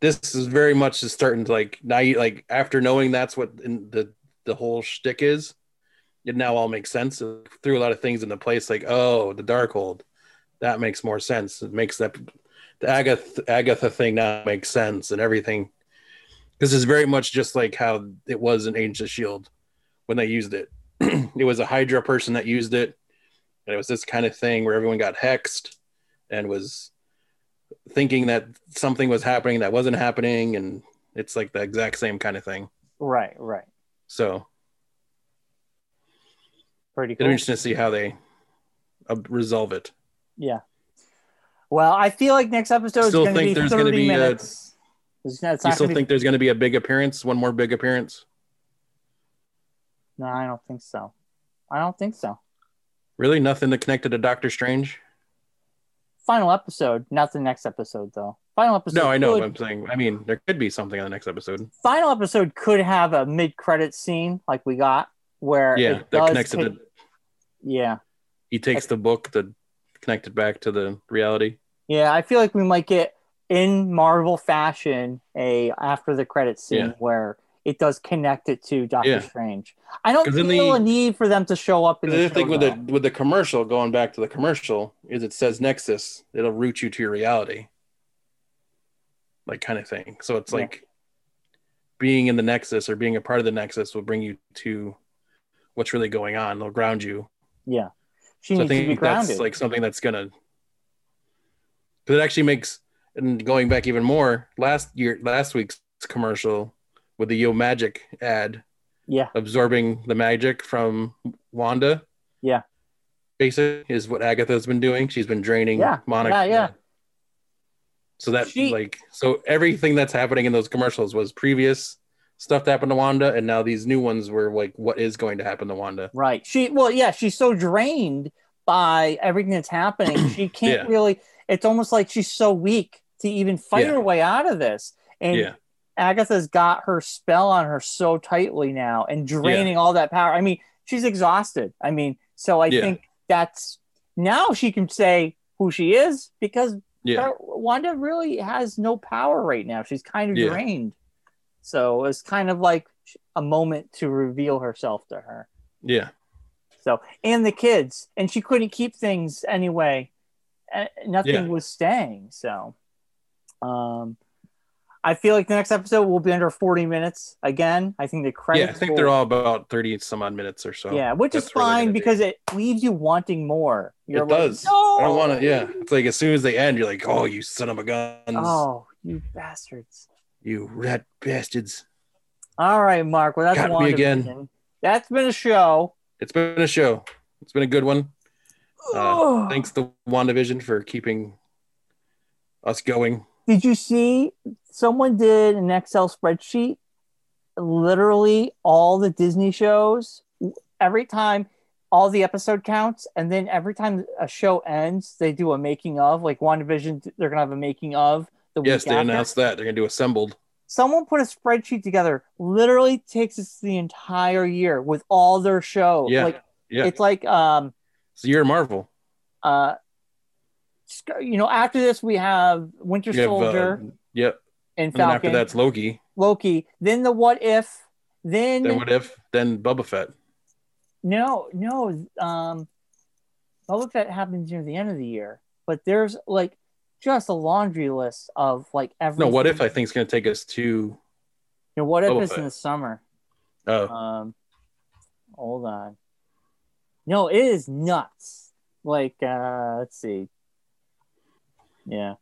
A: this is very much is starting to like now you like after knowing that's what in the the whole shtick is it now all makes sense it threw a lot of things into place like oh the darkhold that makes more sense. It makes that the Agatha Agatha thing now makes sense and everything. This is very much just like how it was in Agents of Shield E when they used it. it was a Hydra person that used it, and it was this kind of thing where everyone got hexed and was thinking that something was happening that wasn't happening, and it's like the exact same kind of thing.
B: Right, right.
A: So
B: Pretty
A: it'll
B: cool.
A: be interesting to see how they uh, resolve it.
B: Yeah. Well, I feel like next episode is
A: Still
B: going to
A: think
B: be
A: there's
B: 30
A: gonna be a-
B: minutes. It's not, it's
A: You
B: not
A: still
B: gonna
A: think there's going to be a big appearance, one more big appearance?
B: be, no, I don't think so. I don't think so.
A: Really, nothing to connect it to Doctor Strange?
B: Final episode, not the next episode though. Final episode.
A: No, I know.
B: Could,
A: What I'm saying. I mean, there could be something on the next episode.
B: Final episode could have a mid-credit scene like we got where
A: Yeah, that
B: it does
A: connects it.
B: take-
A: To,
B: Yeah,
A: he takes the book to connect it back to the reality.
B: yeah. I feel like we might get in Marvel fashion a after the credit scene
A: Yeah.
B: where it does connect it to Doctor
A: Yeah.
B: Strange. I don't
A: 'Cause in
B: feel
A: the-
B: a need for them to show up in
A: The
B: the
A: other thing
B: show,
A: with
B: though.
A: the with the commercial, going back to the commercial, is it says Nexus. It'll root you to your reality, like kind of thing. So it's
B: Yeah.
A: like being in the Nexus or being a part of the Nexus will bring you to what's really going on. They'll ground you.
B: Yeah. She
A: So I
B: needs to be
A: think
B: grounded.
A: that's like something that's gonna because it actually makes and going back even more last year last week's commercial with the Yo Magic ad
B: yeah.
A: absorbing the magic from Wanda.
B: Yeah.
A: Basically is what Agatha's been doing. She's been draining
B: Yeah.
A: Monica.
B: Yeah, yeah.
A: So that
B: She-
A: like so everything that's happening in those commercials was previous stuff that happened to Wanda and now these new ones were like what is going to happen to Wanda.
B: Right. She well, yeah, she's so drained by everything that's happening. She can't
A: Yeah.
B: really it's almost like she's so weak to even fight
A: Yeah.
B: her way out of this. And
A: yeah.
B: Agatha's got her spell on her so tightly now and draining all that power. I mean, she's exhausted. I mean, so I
A: Yeah.
B: think that's now she can say who she is because
A: Yeah.
B: Power- Wanda really has no power right now. She's kind of
A: Yeah.
B: drained. So it's kind of like a moment to reveal herself to her.
A: Yeah.
B: So, and the kids, and she couldn't keep things anyway. Uh, Nothing
A: Yeah.
B: was staying. So, um, I feel like the next episode will be under 40 minutes again. I think the
A: yeah,
B: credits.
A: I think
B: will-
A: they're all about thirty some odd minutes or so.
B: yeah, which is
A: that's where they're
B: fine
A: gonna be.
B: because it leaves you wanting more. You're
A: it
B: like,
A: does.
B: No!
A: I don't want to. Yeah, it's like as soon as they end, you're like, "Oh, you son of a guns!
B: Oh, you bastards!
A: You rat bastards!"
B: All right, Mark. Well, that's
A: Got me again.
B: WandaVision. That's been a show.
A: It's been a show. It's been a good one.
B: Oh.
A: Uh, Thanks to WandaVision for keeping us going.
B: Did you see someone did an Excel spreadsheet? Literally all the Disney shows, every time all the episode counts, and then every time a show ends, they do a making of. Like WandaVision, they're gonna have a making of the
A: Yes,
B: week
A: they
B: after.
A: announced that they're gonna do assembled.
B: Someone put a spreadsheet together. Literally takes us the entire year with all their shows.
A: Yeah,
B: Like
A: yeah.
B: it's like um
A: So you're Marvel.
B: uh, sc- you know, after this we have Winter
A: You have, uh,
B: Soldier
A: yep.
B: and
A: And then
B: Falcon,
A: after that's Loki.
B: Loki, then the What If, then,
A: Then what if? Then Boba Fett.
B: no, no, um, Boba Fett happens near the end of the year, but there's like just a laundry list of like every
A: No, what if? I think Oh, it's gonna take us to.
B: you know, What If
A: Boba
B: is in
A: Fett.
B: the summer.
A: Uh,
B: Um, hold on. No, it is nuts. Like, uh, let's see. Yeah.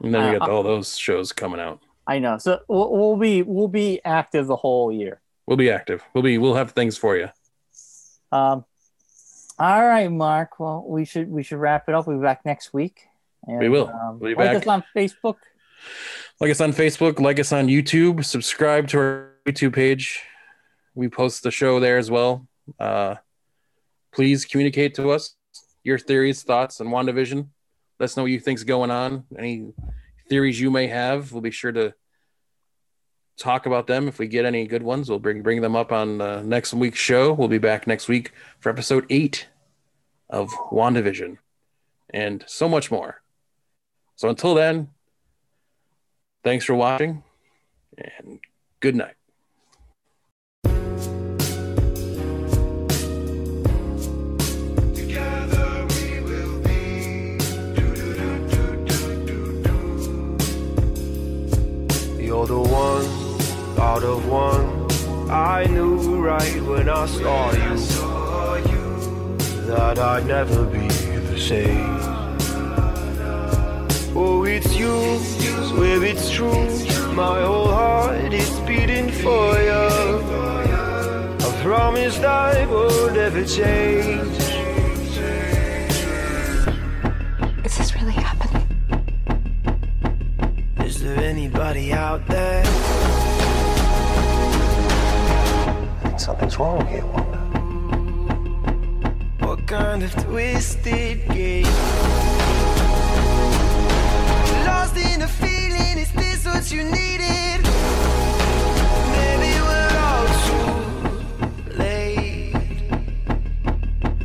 A: and then we
B: uh,
A: got all those shows coming out.
B: I know. So we'll, we'll be we'll be active the whole year.
A: We'll be active. We'll be. We'll have things for you.
B: Um, all right, Mark. Well, we should we should wrap it up. We'll be back next week. And,
A: We will.
B: Um,
A: We'll be
B: like
A: back.
B: us on Facebook.
A: like us on Facebook, like us on YouTube, subscribe to our YouTube page. We post the show there as well. Uh, please communicate to us your theories, thoughts, and WandaVision. Let us know what you think's going on. Any theories you may have, we'll be sure to talk about them. If we get any good ones, we'll bring bring them up on uh, next week's show. We'll be back next week for episode eight of WandaVision and so much more. So until then, Thanks for watching and good night.
C: Together we will be. Do do do do do do do.
F: You're the one out of one. I knew right when I saw you
C: Saw you.
F: that I'd never be the same. Oh, it's you, swear it's true. My whole heart is beating for you. I promise I will never change.
G: Is this really happening?
F: Is there anybody out there?
H: Something's wrong here, Wanda.
F: What kind of twisted game? Lost in a feeling, is this what you needed? Maybe we're all too late.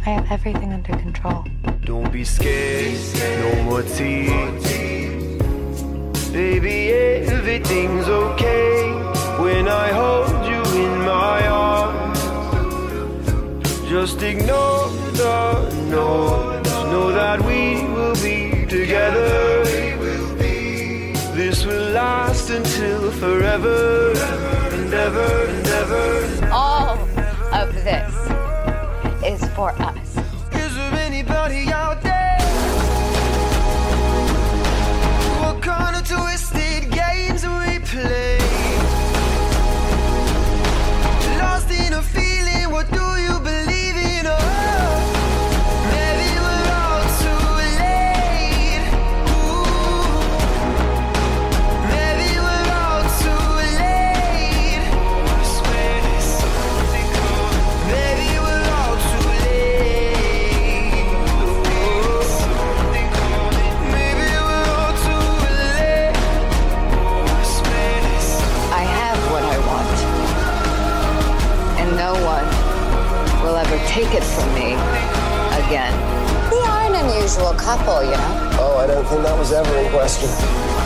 G: I have everything under control.
F: Don't be scared, no more tears. Baby, everything's okay when I hold you in my arms. Just ignore the noise. Know that we will be together. This will last until forever and ever and ever.
G: All of this is for us.
F: Is there anybody out there? What kind of twisted games we play? Lost in a feeling, what do you believe in? Oh, maybe we're all too late. Ooh, maybe we're all too late. I swear there's something going Maybe we're all too late. Maybe we're all too late. I swear there's something.
G: I have what I want. And no one will ever take it from me again. We are an unusual couple, you know?
H: Oh, I don't think that was ever in question.